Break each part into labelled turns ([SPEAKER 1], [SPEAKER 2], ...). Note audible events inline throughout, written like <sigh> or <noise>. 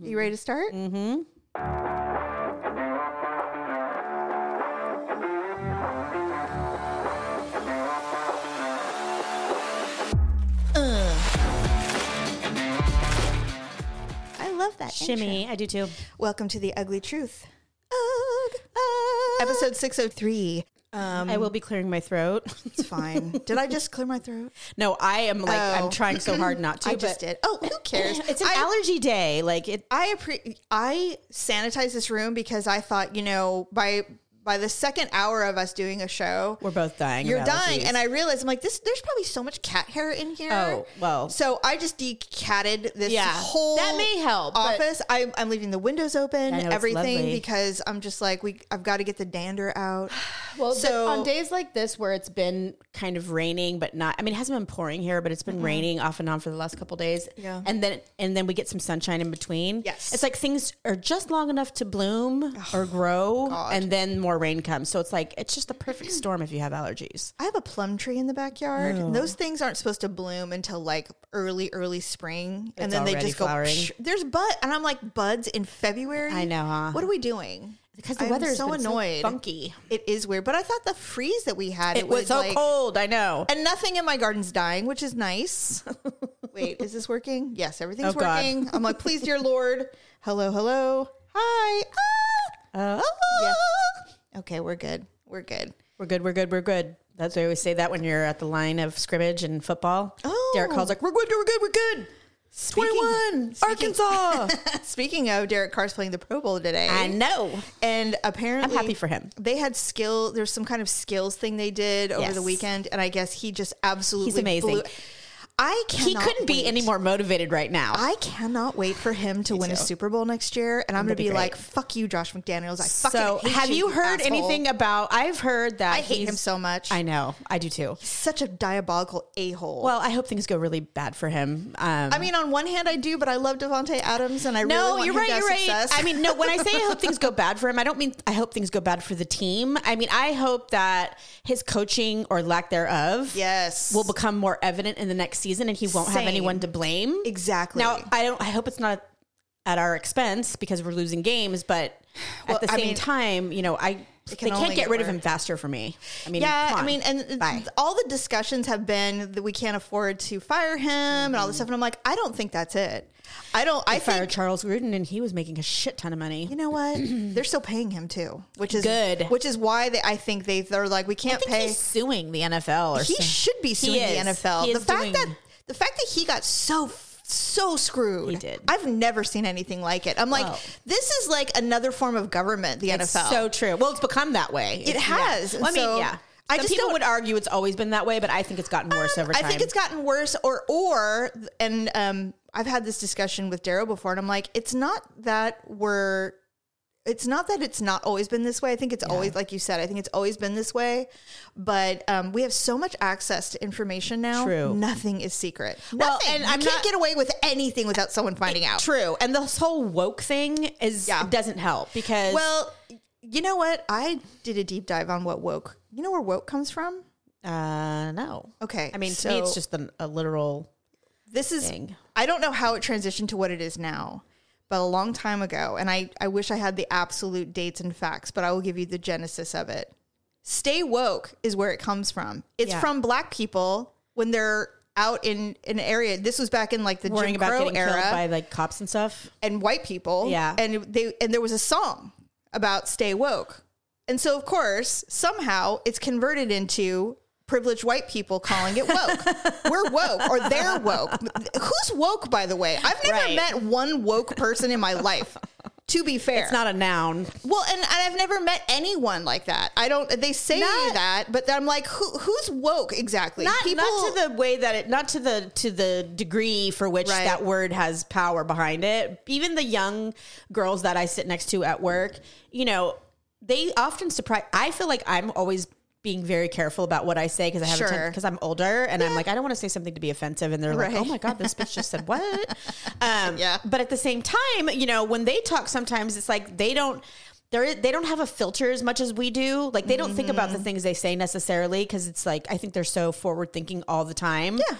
[SPEAKER 1] You ready to start?
[SPEAKER 2] Mm-hmm.
[SPEAKER 1] Uh. I love that intro.
[SPEAKER 2] Shimmy. I do too.
[SPEAKER 1] Welcome to the Ugly Truth. Ugh, ugh. Episode six hundred three. Ah. Um,
[SPEAKER 2] I will be clearing my throat. <laughs>
[SPEAKER 1] it's fine. Did I just clear my throat?
[SPEAKER 2] no, I am like
[SPEAKER 1] Oh.
[SPEAKER 2] I'm trying so hard not to.
[SPEAKER 1] I just
[SPEAKER 2] but
[SPEAKER 1] did. Oh, who cares?
[SPEAKER 2] <laughs> It's an
[SPEAKER 1] I-
[SPEAKER 2] allergy day. Like it.
[SPEAKER 1] I appre- I sanitized this room because I thought, you know, by by the second hour of us doing a show,
[SPEAKER 2] We're both dying. of
[SPEAKER 1] you're dying.
[SPEAKER 2] allergies.
[SPEAKER 1] And I realized I'm like, this there's probably so much cat hair in here.
[SPEAKER 2] Oh, well.
[SPEAKER 1] So I just decatted this
[SPEAKER 2] Yeah.
[SPEAKER 1] whole
[SPEAKER 2] That may help, but-
[SPEAKER 1] office. I'm I'm leaving the windows open,
[SPEAKER 2] I know, it's
[SPEAKER 1] everything
[SPEAKER 2] lovely.
[SPEAKER 1] because I'm just like we I've got to get the dander out.
[SPEAKER 2] <sighs>
[SPEAKER 1] <sighs>
[SPEAKER 2] Well,
[SPEAKER 1] So-
[SPEAKER 2] so, on days like this where it's been kind of raining, but not, I mean, it hasn't been pouring here, but it's been raining off and on for the last couple days.
[SPEAKER 1] Mm-hmm. Yeah.
[SPEAKER 2] And then, and then we get some sunshine in between.
[SPEAKER 1] Yes.
[SPEAKER 2] It's like things are just long enough to bloom or grow
[SPEAKER 1] God.
[SPEAKER 2] and then more rain comes. So it's like, it's just the perfect storm if you have allergies.
[SPEAKER 1] I have a plum tree in the backyard.
[SPEAKER 2] Oh.
[SPEAKER 1] Those things aren't supposed to bloom until like early, early spring, and
[SPEAKER 2] It's
[SPEAKER 1] then they
[SPEAKER 2] already
[SPEAKER 1] just go.
[SPEAKER 2] flowering.
[SPEAKER 1] Psh, there's bud, and I'm like buds in February.
[SPEAKER 2] I know, huh?
[SPEAKER 1] What are we doing?
[SPEAKER 2] Because the
[SPEAKER 1] I'm
[SPEAKER 2] weather is
[SPEAKER 1] so annoyed.
[SPEAKER 2] funky.
[SPEAKER 1] It is weird, but I thought the freeze that we had
[SPEAKER 2] It, was, so
[SPEAKER 1] like,
[SPEAKER 2] cold. I know.
[SPEAKER 1] and nothing in my garden's dying, which is
[SPEAKER 2] <laughs>
[SPEAKER 1] nice. Wait, is this working? Yes, everything's
[SPEAKER 2] Oh, God.
[SPEAKER 1] working. I'm like, please, dear Lord. Hello, hello. Hi. Ah.
[SPEAKER 2] Oh,
[SPEAKER 1] Yeah. Okay, we're good. We're good.
[SPEAKER 2] we're good. We're good. We're good. That's why I always say that when you're at the line of scrimmage in football.
[SPEAKER 1] Oh.
[SPEAKER 2] Derek Carl's like, we're good. We're good. We're good.
[SPEAKER 1] Speaking-
[SPEAKER 2] 21,
[SPEAKER 1] speaking-
[SPEAKER 2] Arkansas.
[SPEAKER 1] <laughs> Speaking of Derek Carr's playing the Pro Bowl today,
[SPEAKER 2] I know.
[SPEAKER 1] and apparently
[SPEAKER 2] happy for him.
[SPEAKER 1] They had skill. There's some kind of skills thing they did over
[SPEAKER 2] Yes.
[SPEAKER 1] the weekend, and I guess he just absolutely
[SPEAKER 2] amazing.
[SPEAKER 1] Blew. I cannot
[SPEAKER 2] He couldn't be
[SPEAKER 1] wait.
[SPEAKER 2] any more motivated right now.
[SPEAKER 1] I cannot wait for him to win a
[SPEAKER 2] too.
[SPEAKER 1] Super Bowl next year, and I'm gonna
[SPEAKER 2] That'd
[SPEAKER 1] be,
[SPEAKER 2] be great.
[SPEAKER 1] like, "Fuck you, Josh McDaniels." I fucking
[SPEAKER 2] so,
[SPEAKER 1] hate
[SPEAKER 2] have you heard
[SPEAKER 1] asshole.
[SPEAKER 2] anything about? I've heard that
[SPEAKER 1] I hate
[SPEAKER 2] he's-
[SPEAKER 1] him so much.
[SPEAKER 2] I know. I do too.
[SPEAKER 1] Such a diabolical a hole.
[SPEAKER 2] Well, I hope things go really bad for him. Um,
[SPEAKER 1] I mean, on one hand, I do, but I love Devonte Adams, and I really
[SPEAKER 2] no,
[SPEAKER 1] want
[SPEAKER 2] you're
[SPEAKER 1] him
[SPEAKER 2] right.
[SPEAKER 1] to have
[SPEAKER 2] You're
[SPEAKER 1] success.
[SPEAKER 2] right. I mean, no. When I say I hope
[SPEAKER 1] <laughs>
[SPEAKER 2] things go bad for him, I don't mean I hope things go bad for the team. I mean I hope that his coaching or lack thereof
[SPEAKER 1] yes,
[SPEAKER 2] will become more evident in the next season, and he won't
[SPEAKER 1] Same.
[SPEAKER 2] have anyone to blame.
[SPEAKER 1] exactly
[SPEAKER 2] Now, I don't. I hope it's not at our expense because we're losing games. But
[SPEAKER 1] Well,
[SPEAKER 2] at the
[SPEAKER 1] I
[SPEAKER 2] same
[SPEAKER 1] mean,
[SPEAKER 2] time, you know, I
[SPEAKER 1] can
[SPEAKER 2] they
[SPEAKER 1] only
[SPEAKER 2] can't get
[SPEAKER 1] get
[SPEAKER 2] rid of
[SPEAKER 1] worse.
[SPEAKER 2] him faster for me. I mean,
[SPEAKER 1] Yeah,
[SPEAKER 2] come
[SPEAKER 1] I
[SPEAKER 2] on.
[SPEAKER 1] mean, and
[SPEAKER 2] Bye.
[SPEAKER 1] all the discussions have been that we can't afford to fire him and all this stuff. And I'm like, I don't think that's it. I don't. I
[SPEAKER 2] Mm-hmm. fired
[SPEAKER 1] think
[SPEAKER 2] Charles Gruden, and he was making a shit ton of money.
[SPEAKER 1] you know what? they're still paying him too, which is
[SPEAKER 2] Good.
[SPEAKER 1] Which is why they, I think they they're like, we can't
[SPEAKER 2] I think
[SPEAKER 1] pay.
[SPEAKER 2] he's suing the NFL, or
[SPEAKER 1] He
[SPEAKER 2] some-
[SPEAKER 1] should be suing
[SPEAKER 2] is.
[SPEAKER 1] the NFL.
[SPEAKER 2] He
[SPEAKER 1] the
[SPEAKER 2] is
[SPEAKER 1] fact
[SPEAKER 2] doing-
[SPEAKER 1] that the fact that he got so so screwed.
[SPEAKER 2] He did.
[SPEAKER 1] I've never seen anything like it. I'm like,
[SPEAKER 2] Wow.
[SPEAKER 1] this is like another form of government. The
[SPEAKER 2] It's
[SPEAKER 1] NFL.
[SPEAKER 2] so true. Well, it's become that way.
[SPEAKER 1] It
[SPEAKER 2] It's-
[SPEAKER 1] has,
[SPEAKER 2] yeah.
[SPEAKER 1] and
[SPEAKER 2] Well, I mean,
[SPEAKER 1] so
[SPEAKER 2] yeah.
[SPEAKER 1] I
[SPEAKER 2] I Some
[SPEAKER 1] just
[SPEAKER 2] people
[SPEAKER 1] don't-
[SPEAKER 2] would argue it's always been that way, but I think it's gotten worse over time.
[SPEAKER 1] I think it's gotten worse, or or and um, I've had this discussion with Daryl before, and I'm like, it's not that we're, it's not that it's not always been this way. I think it's always like you said. I think it's always been this way, but um, we have so much access to information now.
[SPEAKER 2] True.
[SPEAKER 1] nothing is secret.
[SPEAKER 2] Well,
[SPEAKER 1] nothing.
[SPEAKER 2] and
[SPEAKER 1] you
[SPEAKER 2] I'm
[SPEAKER 1] can't
[SPEAKER 2] not-
[SPEAKER 1] get away with anything without someone finding out.
[SPEAKER 2] true, and this whole woke thing is
[SPEAKER 1] Yeah.
[SPEAKER 2] doesn't help because
[SPEAKER 1] Well, you know what? I did a deep dive on what woke. You know where woke comes from?
[SPEAKER 2] uh, no.
[SPEAKER 1] Okay,
[SPEAKER 2] I mean, to me,
[SPEAKER 1] so-
[SPEAKER 2] it's just an, a literal
[SPEAKER 1] this is
[SPEAKER 2] thing.
[SPEAKER 1] I don't know how it transitioned to what it is now, but a long time ago, and I, I wish I had the absolute dates and facts, but I will give you the genesis of it. Stay woke is where it comes from. It's
[SPEAKER 2] Yeah.
[SPEAKER 1] from black people when they're out in an area. This was back in like the
[SPEAKER 2] worrying
[SPEAKER 1] Jim
[SPEAKER 2] about
[SPEAKER 1] Crow
[SPEAKER 2] getting
[SPEAKER 1] era
[SPEAKER 2] killed by like cops and stuff.
[SPEAKER 1] and white people.
[SPEAKER 2] Yeah.
[SPEAKER 1] And they and there was a song about stay woke. And so of course, somehow it's converted into privileged white people calling it
[SPEAKER 2] <laughs>
[SPEAKER 1] woke. We're woke or they're woke. Who's woke by the way? I've never
[SPEAKER 2] Right.
[SPEAKER 1] met one woke person in my life. To be fair.
[SPEAKER 2] It's not a noun.
[SPEAKER 1] well, and, and I've never met anyone like that. I don't they say
[SPEAKER 2] Not-
[SPEAKER 1] that, but I'm like, who who's woke exactly?
[SPEAKER 2] Not, not to the way that it, not to the to the degree for which
[SPEAKER 1] Right.
[SPEAKER 2] that word has power behind it. Even the young girls that I sit next to at work, you know, they often surprise. I feel like I'm always being very careful about what I say because I have
[SPEAKER 1] Sure.
[SPEAKER 2] because I'm older and I'm like I don't want to say something to be offensive, and they're
[SPEAKER 1] Right.
[SPEAKER 2] like, oh my god, this bitch just said <laughs> what? Um,
[SPEAKER 1] Yeah.
[SPEAKER 2] But at the same time, you know, when they talk, sometimes it's like they don't. They're, they don't have a filter as much as we do. Like they don't
[SPEAKER 1] Mm.
[SPEAKER 2] think about the things they say necessarily because it's like I think they're so forward thinking all the time.
[SPEAKER 1] Yeah.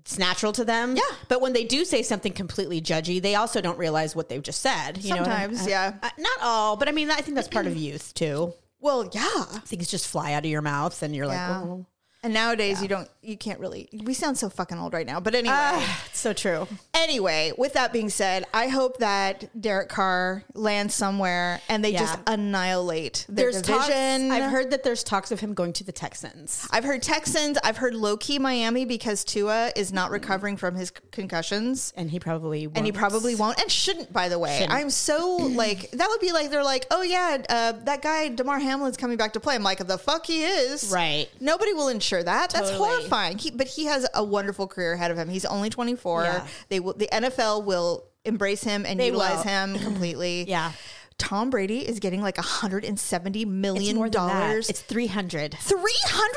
[SPEAKER 2] it's natural to them.
[SPEAKER 1] Yeah.
[SPEAKER 2] But when they do say something completely judgy, they also don't realize what they've just said. You
[SPEAKER 1] Sometimes,
[SPEAKER 2] know?
[SPEAKER 1] yeah.
[SPEAKER 2] Uh, not all, but I mean, I think that's part of youth too.
[SPEAKER 1] Well, yeah.
[SPEAKER 2] Things just fly out of your mouth and you're
[SPEAKER 1] Yeah.
[SPEAKER 2] like, oh.
[SPEAKER 1] And nowadays you don't you can't really we sound so fucking old right now. But anyway.
[SPEAKER 2] Ah, it's so true.
[SPEAKER 1] anyway, with that being said, I hope that Derek Carr lands somewhere and they
[SPEAKER 2] Yeah.
[SPEAKER 1] just annihilate their
[SPEAKER 2] There's talks,
[SPEAKER 1] division.
[SPEAKER 2] I've heard that there's talks of him going to the Texans.
[SPEAKER 1] I've heard Texans. I've heard low key Miami because Tua is not recovering from his c- concussions.
[SPEAKER 2] And he probably won't.
[SPEAKER 1] And he probably won't and shouldn't, by the way. I'm
[SPEAKER 2] <clears throat>
[SPEAKER 1] so like, that would be like, they're like, oh yeah, uh, that guy, DeMar Hamlin's coming back to play. I'm like, the fuck he is.
[SPEAKER 2] Right.
[SPEAKER 1] Nobody will insure that. That's
[SPEAKER 2] Totally.
[SPEAKER 1] horrifying. He, but he has a wonderful career ahead of him. He's only 24.
[SPEAKER 2] Yeah.
[SPEAKER 1] They will, the NFL will embrace him and utilize
[SPEAKER 2] will.
[SPEAKER 1] him completely.
[SPEAKER 2] <clears throat> Yeah.
[SPEAKER 1] Tom Brady is getting like 170
[SPEAKER 2] It's
[SPEAKER 1] million
[SPEAKER 2] more than that.
[SPEAKER 1] dollars.
[SPEAKER 2] It's 300.
[SPEAKER 1] 300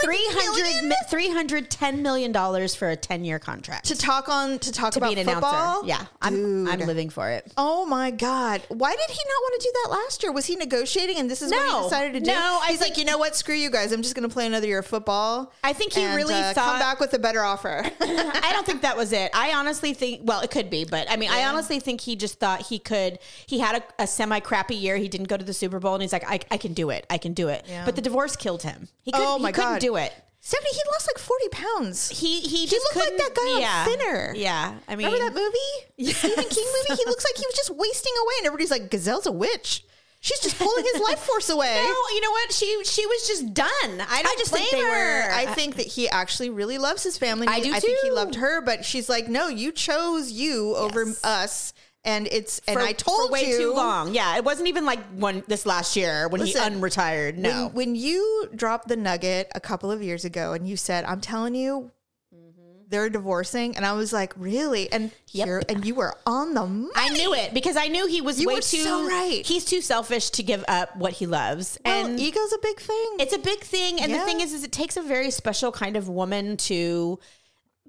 [SPEAKER 1] million?
[SPEAKER 2] 300 mi- 310 million dollars for a 10-year contract
[SPEAKER 1] to talk on to talk
[SPEAKER 2] to
[SPEAKER 1] about
[SPEAKER 2] be an
[SPEAKER 1] football.
[SPEAKER 2] announcer. Yeah, I'm, I'm
[SPEAKER 1] Dude.
[SPEAKER 2] living for <laughs> it.
[SPEAKER 1] Oh my god! Why did he not want to do that last year? Was he negotiating, and this is what
[SPEAKER 2] No.
[SPEAKER 1] he decided to do?
[SPEAKER 2] No, I
[SPEAKER 1] he's like, you know what? Screw you guys. I'm just going to play another year of football.
[SPEAKER 2] I think he
[SPEAKER 1] and,
[SPEAKER 2] really
[SPEAKER 1] uh, come
[SPEAKER 2] thought-
[SPEAKER 1] back with a better offer. <laughs>
[SPEAKER 2] I don't think that was it. I honestly think, well, it could be, but I mean, I honestly think he just thought he could. He had a, a semi crappy year. He didn't go to the Super Bowl, and he's like, I, I can do it. I can do it.
[SPEAKER 1] Yeah.
[SPEAKER 2] But the divorce killed him. He couldn't,
[SPEAKER 1] Oh my
[SPEAKER 2] he couldn't
[SPEAKER 1] God.
[SPEAKER 2] do it.
[SPEAKER 1] Seventy. He lost like forty pounds.
[SPEAKER 2] He he just
[SPEAKER 1] looked like
[SPEAKER 2] couldn't-
[SPEAKER 1] that guy on
[SPEAKER 2] yeah.
[SPEAKER 1] Thinner.
[SPEAKER 2] Yeah, I mean,
[SPEAKER 1] Remember that movie? Stephen King movie. He looks like he was just wasting away, and everybody's like, Gazelle's a witch. She's just pulling his life force <laughs> away.
[SPEAKER 2] no, you know what? She she was just done. I don't
[SPEAKER 1] I just
[SPEAKER 2] blame
[SPEAKER 1] think they
[SPEAKER 2] her.
[SPEAKER 1] were. I think that he actually really loves his family.
[SPEAKER 2] I do
[SPEAKER 1] I think he
[SPEAKER 2] too.
[SPEAKER 1] loved her, but she's like, no, you chose you over
[SPEAKER 2] Yes.
[SPEAKER 1] us, and it's and
[SPEAKER 2] for-
[SPEAKER 1] I told
[SPEAKER 2] for way
[SPEAKER 1] you
[SPEAKER 2] too long. Yeah, it wasn't even like one this last year when
[SPEAKER 1] Listen,
[SPEAKER 2] he unretired. No,
[SPEAKER 1] When, when you dropped the nugget a couple of years ago, and you said, "I'm telling you." They're divorcing, and I was like, "Really?" And
[SPEAKER 2] Mm-hmm. Yep.
[SPEAKER 1] here, and you were on the. Money.
[SPEAKER 2] I knew it because I knew he was
[SPEAKER 1] You
[SPEAKER 2] way
[SPEAKER 1] were
[SPEAKER 2] too
[SPEAKER 1] so right.
[SPEAKER 2] He's too selfish to give up what he loves,
[SPEAKER 1] Well,
[SPEAKER 2] and
[SPEAKER 1] ego's a big thing.
[SPEAKER 2] it's a big thing. And
[SPEAKER 1] Yeah.
[SPEAKER 2] the thing is, is it takes a very special kind of woman to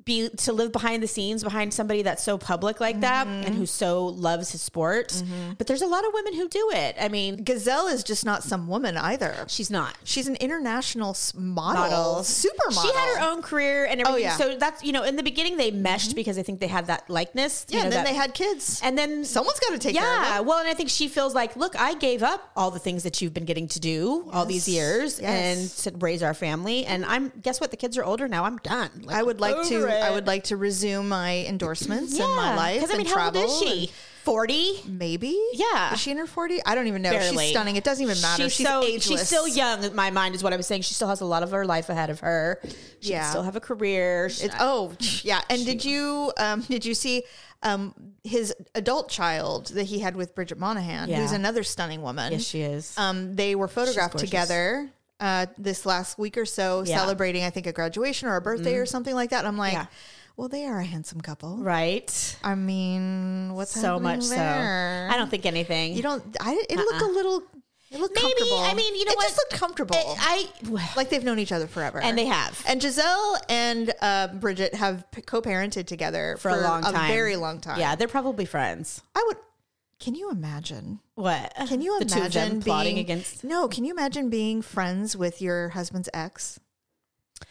[SPEAKER 2] be to live behind the scenes behind somebody that's so public like that
[SPEAKER 1] Mm-hmm.
[SPEAKER 2] and who so loves his sport. But there's a lot of women who do it. I mean,
[SPEAKER 1] Gazelle is just not some woman either.
[SPEAKER 2] she's not.
[SPEAKER 1] She's an international s- model,
[SPEAKER 2] model.
[SPEAKER 1] supermodel.
[SPEAKER 2] She had her own career and everything.
[SPEAKER 1] Oh, yeah. Mm-hmm.
[SPEAKER 2] So that's you know, in the beginning they meshed because I think they had that likeness. you
[SPEAKER 1] Yeah, and
[SPEAKER 2] know,
[SPEAKER 1] then
[SPEAKER 2] that-
[SPEAKER 1] they had kids.
[SPEAKER 2] and then
[SPEAKER 1] someone's got to take care of it.
[SPEAKER 2] yeah. Well, and I think she feels like, look, I gave up all the things that you've been getting to do all these years
[SPEAKER 1] Yes.
[SPEAKER 2] and to raise our family. And I'm guess what? The kids are older now. I'm done. Like,
[SPEAKER 1] I would like to.
[SPEAKER 2] over
[SPEAKER 1] I
[SPEAKER 2] it.
[SPEAKER 1] would like to resume my endorsements in my life.
[SPEAKER 2] Because I mean,
[SPEAKER 1] and
[SPEAKER 2] how old is
[SPEAKER 1] travel
[SPEAKER 2] she? Forty.
[SPEAKER 1] and Maybe.
[SPEAKER 2] Yeah.
[SPEAKER 1] Is she in her forty? I don't even know. She's
[SPEAKER 2] Barely.
[SPEAKER 1] stunning. It doesn't even matter. She's,
[SPEAKER 2] so
[SPEAKER 1] ageless.
[SPEAKER 2] she's still young. In my mind is what I was saying. She still has a lot of her life ahead of her. She
[SPEAKER 1] Yeah.
[SPEAKER 2] can still have a career. She-
[SPEAKER 1] It's,
[SPEAKER 2] <laughs>
[SPEAKER 1] oh yeah. And did you um, did you see um, his adult child that he had with Bridget Monahan,
[SPEAKER 2] Yeah.
[SPEAKER 1] who's another stunning woman?
[SPEAKER 2] yes, she is.
[SPEAKER 1] Um, they were photographed
[SPEAKER 2] gorgeous.
[SPEAKER 1] together uh, this last week or so,
[SPEAKER 2] Yeah. Mm-hmm.
[SPEAKER 1] celebrating I think a graduation or a birthday or something like that. And I'm like,
[SPEAKER 2] Yeah.
[SPEAKER 1] well, they are a handsome couple.
[SPEAKER 2] Um, right.
[SPEAKER 1] I mean, what's
[SPEAKER 2] So much
[SPEAKER 1] there?
[SPEAKER 2] so. I don't think anything.
[SPEAKER 1] You don't. I. It looked a little. It looked
[SPEAKER 2] Maybe.
[SPEAKER 1] comfortable.
[SPEAKER 2] I mean, you know
[SPEAKER 1] it
[SPEAKER 2] what?
[SPEAKER 1] just looked comfortable.
[SPEAKER 2] I
[SPEAKER 1] like they've known each other forever,
[SPEAKER 2] And they have.
[SPEAKER 1] And Giselle and uh, Bridget have p- co-parented together
[SPEAKER 2] for, a long time,
[SPEAKER 1] very long time.
[SPEAKER 2] Yeah, they're probably friends.
[SPEAKER 1] I would. Can you imagine?
[SPEAKER 2] What?
[SPEAKER 1] Can you
[SPEAKER 2] the
[SPEAKER 1] imagine
[SPEAKER 2] two of them
[SPEAKER 1] being,
[SPEAKER 2] plotting against?
[SPEAKER 1] No. Can you imagine being friends with your husband's ex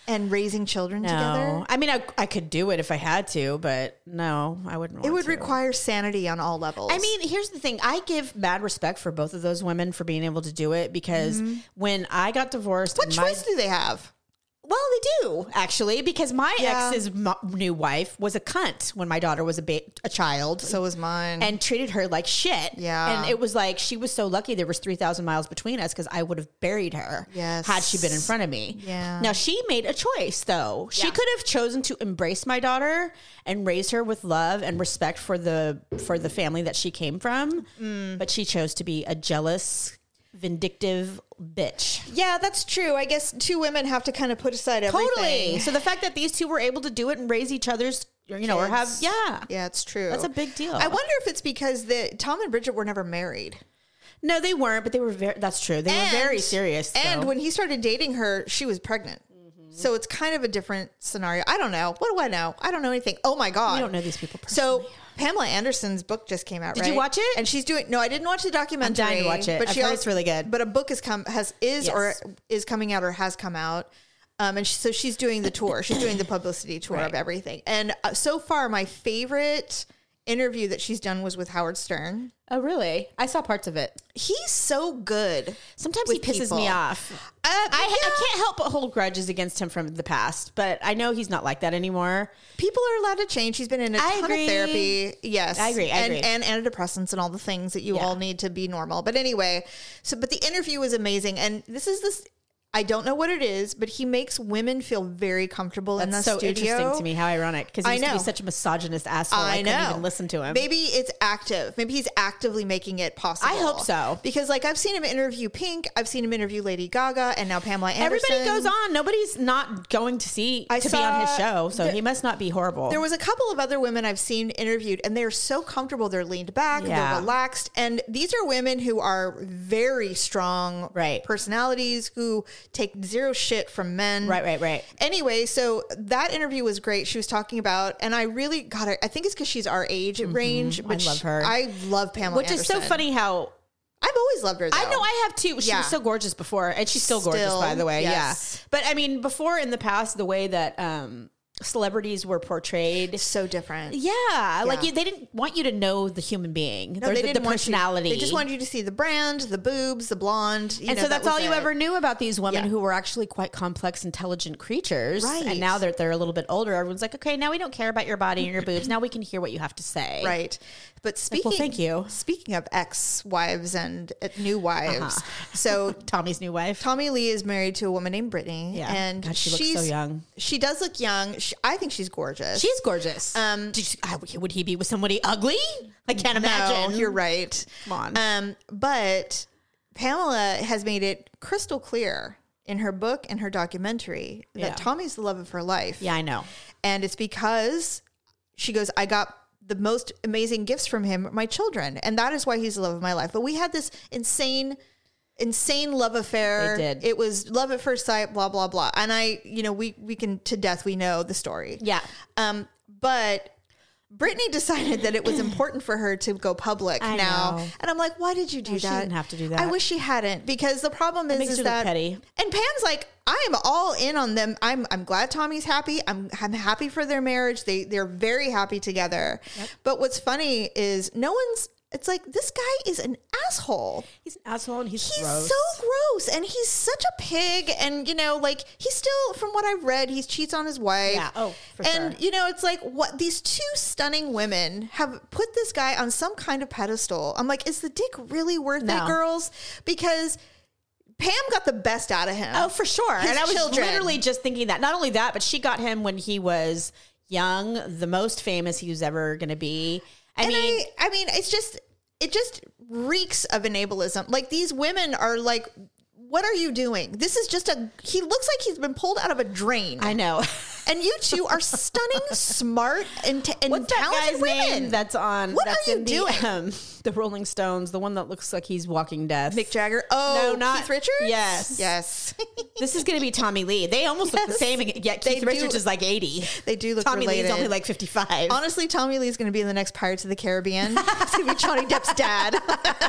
[SPEAKER 1] and raising children together?
[SPEAKER 2] No, I mean I, I could do it if I had to, but no, I wouldn't. Want
[SPEAKER 1] It would
[SPEAKER 2] to.
[SPEAKER 1] require sanity on all levels.
[SPEAKER 2] I mean, here's the thing. I give mad respect for both of those women for being able to do it because when I got divorced,
[SPEAKER 1] what
[SPEAKER 2] my-
[SPEAKER 1] choice do they have?
[SPEAKER 2] Well, they do actually, because my
[SPEAKER 1] Yeah.
[SPEAKER 2] ex's mo- new wife was a cunt when my daughter was a ba- a child,
[SPEAKER 1] So was mine.
[SPEAKER 2] and treated her like shit.
[SPEAKER 1] Yeah.
[SPEAKER 2] and it was like she was so lucky there was three thousand miles between us because I would have buried her.
[SPEAKER 1] Yes.
[SPEAKER 2] had she been in front of me.
[SPEAKER 1] Yeah.
[SPEAKER 2] Now she made a choice though. She
[SPEAKER 1] Yeah.
[SPEAKER 2] could have chosen to embrace my daughter and raise her with love and respect for the for the family that she came from, but she chose to be a jealous, vindictive bitch.
[SPEAKER 1] Yeah, that's true. I guess two women have to kind of put aside everything.
[SPEAKER 2] Totally. So the fact that these two were able to do it and raise each other's, you know, or have
[SPEAKER 1] Kids.
[SPEAKER 2] yeah.
[SPEAKER 1] Yeah, it's true.
[SPEAKER 2] That's a big deal.
[SPEAKER 1] I wonder if it's because the Tom and Bridget were never married.
[SPEAKER 2] No, they weren't, but they were very. That's true. They were very serious.
[SPEAKER 1] And
[SPEAKER 2] though.
[SPEAKER 1] when he started dating her, she was pregnant. So it's kind of a different scenario. I don't know. What do I know? I don't know anything. Oh my god.
[SPEAKER 2] I don't know <laughs> these people.
[SPEAKER 1] So Pamela Anderson's book just came out. Did
[SPEAKER 2] you watch it?
[SPEAKER 1] And she's doing. No, I didn't watch the documentary.
[SPEAKER 2] dying to watch it. I've heard it's really good.
[SPEAKER 1] But a book is come has is or
[SPEAKER 2] Yes.
[SPEAKER 1] is coming out or has come out Um, and she, so she's doing the tour. She's doing the publicity tour of everything. And uh, so far, my favorite interview that she's done was with Howard Stern.
[SPEAKER 2] Oh, really? I saw parts of it.
[SPEAKER 1] He's so good.
[SPEAKER 2] Sometimes
[SPEAKER 1] With
[SPEAKER 2] he pisses
[SPEAKER 1] people.
[SPEAKER 2] me off.
[SPEAKER 1] Uh,
[SPEAKER 2] I,
[SPEAKER 1] yeah.
[SPEAKER 2] I can't help but hold grudges against him from the past, but I know he's not like that anymore.
[SPEAKER 1] people are allowed to change. She's been in a
[SPEAKER 2] I
[SPEAKER 1] ton
[SPEAKER 2] agree.
[SPEAKER 1] of therapy. Yes,
[SPEAKER 2] I agree, I
[SPEAKER 1] and,
[SPEAKER 2] agree.
[SPEAKER 1] and antidepressants and all the things that you
[SPEAKER 2] Yeah.
[SPEAKER 1] all need to be normal. But anyway, so but the interview was amazing, and this is this. I don't know what it is, but he makes women feel very comfortable in the
[SPEAKER 2] That's so
[SPEAKER 1] studio.
[SPEAKER 2] interesting to me. How ironic. Because he
[SPEAKER 1] I
[SPEAKER 2] used to be
[SPEAKER 1] know.
[SPEAKER 2] such a misogynist asshole. I,
[SPEAKER 1] I
[SPEAKER 2] couldn't
[SPEAKER 1] know.
[SPEAKER 2] even listen to him.
[SPEAKER 1] Maybe it's active. Maybe he's actively making it possible.
[SPEAKER 2] I hope so.
[SPEAKER 1] Because like I've seen him interview Pink, I've seen him interview Lady Gaga, and now Pamela Anderson.
[SPEAKER 2] Everybody goes on. Nobody's not going to see
[SPEAKER 1] I
[SPEAKER 2] to be on his
[SPEAKER 1] saw-
[SPEAKER 2] show, so he must not be horrible.
[SPEAKER 1] There was a couple of other women I've seen interviewed, and they're so comfortable. They're leaned back,
[SPEAKER 2] Yeah.
[SPEAKER 1] they're relaxed. And these are women who are very strong
[SPEAKER 2] Right.
[SPEAKER 1] personalities who take zero shit from men.
[SPEAKER 2] Right, right, right.
[SPEAKER 1] Anyway, so that interview was great. She was talking about, and I really, God, I, I think it's because she's our age range. Which
[SPEAKER 2] Mm-hmm. love her.
[SPEAKER 1] I love Pamela
[SPEAKER 2] which is so
[SPEAKER 1] Anderson.
[SPEAKER 2] funny how
[SPEAKER 1] I've always loved her, though.
[SPEAKER 2] I know I have too. She
[SPEAKER 1] Yeah.
[SPEAKER 2] was so gorgeous before, and she's still gorgeous,
[SPEAKER 1] Still,
[SPEAKER 2] by the way.
[SPEAKER 1] yes.
[SPEAKER 2] Yeah, but I mean, before in the past, the way that um, celebrities were portrayed.
[SPEAKER 1] So different.
[SPEAKER 2] Yeah,
[SPEAKER 1] Yeah.
[SPEAKER 2] like you, they didn't want you to know the human being,
[SPEAKER 1] No,
[SPEAKER 2] or
[SPEAKER 1] they
[SPEAKER 2] the,
[SPEAKER 1] didn't
[SPEAKER 2] the
[SPEAKER 1] want you-
[SPEAKER 2] personality.
[SPEAKER 1] they just wanted you to see the brand, the boobs, the blonde. You
[SPEAKER 2] and
[SPEAKER 1] know,
[SPEAKER 2] so
[SPEAKER 1] that
[SPEAKER 2] that's all
[SPEAKER 1] was
[SPEAKER 2] you
[SPEAKER 1] it.
[SPEAKER 2] ever knew about these women
[SPEAKER 1] Yeah.
[SPEAKER 2] who were actually quite complex, intelligent creatures.
[SPEAKER 1] Right.
[SPEAKER 2] And now that they're a little bit older, everyone's like, okay, now we don't care about your body and your boobs. Now we can hear what you have to say.
[SPEAKER 1] Right. But speaking,
[SPEAKER 2] well, thank you. Uh-huh.
[SPEAKER 1] Speaking of ex wives and uh, new
[SPEAKER 2] <laughs>
[SPEAKER 1] wives, so
[SPEAKER 2] Tommy's new wife.
[SPEAKER 1] Tommy Lee is married to a woman named Brittany,
[SPEAKER 2] Yeah.
[SPEAKER 1] and
[SPEAKER 2] God, she looks so
[SPEAKER 1] she's
[SPEAKER 2] young.
[SPEAKER 1] She does look young. She, I think she's gorgeous.
[SPEAKER 2] She's gorgeous. Um, Did you, I- would he be with somebody ugly? I can't
[SPEAKER 1] no,
[SPEAKER 2] imagine.
[SPEAKER 1] you're right.
[SPEAKER 2] Come on.
[SPEAKER 1] Um, but Pamela has made it crystal clear in her book and her documentary that
[SPEAKER 2] Yeah.
[SPEAKER 1] Tommy's the love of her life.
[SPEAKER 2] yeah, I know.
[SPEAKER 1] And it's because she goes, I got the most amazing gifts from him, my children. And that is why he's the love of my life. But we had this insane, insane love affair.
[SPEAKER 2] They did.
[SPEAKER 1] It was love at first sight, blah, blah, blah. And I, you know, we we can to death we know the story.
[SPEAKER 2] Yeah.
[SPEAKER 1] Um, but Brittany <laughs> decided that it was important for her to go public
[SPEAKER 2] I
[SPEAKER 1] now.
[SPEAKER 2] know.
[SPEAKER 1] And I'm like, why did you do
[SPEAKER 2] No, she
[SPEAKER 1] that?
[SPEAKER 2] didn't have to do that.
[SPEAKER 1] I wish she hadn't because the problem is,
[SPEAKER 2] makes
[SPEAKER 1] is
[SPEAKER 2] you look
[SPEAKER 1] that
[SPEAKER 2] petty.
[SPEAKER 1] and Pam's like, I am all in on them. I'm I'm glad Tommy's happy. I'm I'm happy for their marriage. They they're very happy together. But what's funny is no one's it's like this guy is an asshole.
[SPEAKER 2] He's an asshole and he's,
[SPEAKER 1] He's
[SPEAKER 2] gross.
[SPEAKER 1] so gross and he's such a pig and you know like he's still from what I've read he cheats on his wife.
[SPEAKER 2] Yeah, oh, for
[SPEAKER 1] and
[SPEAKER 2] sure.
[SPEAKER 1] you know it's like what these two stunning women have put this guy on some kind of pedestal. I'm like is the dick really worth
[SPEAKER 2] No.
[SPEAKER 1] it girls? Because Pam got the best out of him.
[SPEAKER 2] Oh, for sure.
[SPEAKER 1] His
[SPEAKER 2] and I was
[SPEAKER 1] children.
[SPEAKER 2] literally just thinking that. Not only that, but she got him when he was young, the most famous he was ever going to be. I
[SPEAKER 1] and
[SPEAKER 2] mean,
[SPEAKER 1] I, I mean, it's just, it just reeks of enablism. Like these women are like, what are you doing? This is just a. He looks like he's been pulled out of a drain.
[SPEAKER 2] I know.
[SPEAKER 1] and you two are <laughs> stunning, smart, and, ta- and
[SPEAKER 2] <laughs> What's that
[SPEAKER 1] talented
[SPEAKER 2] guy's
[SPEAKER 1] women.
[SPEAKER 2] name that's on?
[SPEAKER 1] What
[SPEAKER 2] that's
[SPEAKER 1] are you
[SPEAKER 2] in
[SPEAKER 1] doing?
[SPEAKER 2] The, um, the Rolling Stones, the one that looks like he's walking death.
[SPEAKER 1] Mick Jagger. Oh,
[SPEAKER 2] No, not-
[SPEAKER 1] Keith Richards.
[SPEAKER 2] Yes.
[SPEAKER 1] <laughs> yes.
[SPEAKER 2] this is going to be Tommy Lee. They almost look the
[SPEAKER 1] Yes.
[SPEAKER 2] same, yet Keith
[SPEAKER 1] They
[SPEAKER 2] Richards
[SPEAKER 1] do.
[SPEAKER 2] is like eighty.
[SPEAKER 1] they do look
[SPEAKER 2] Tommy Lee's
[SPEAKER 1] related.
[SPEAKER 2] only like fifty-five.
[SPEAKER 1] Honestly, Tommy Lee's going to be in the next Pirates of the Caribbean. <laughs> It's going to be Johnny Depp's dad, <laughs>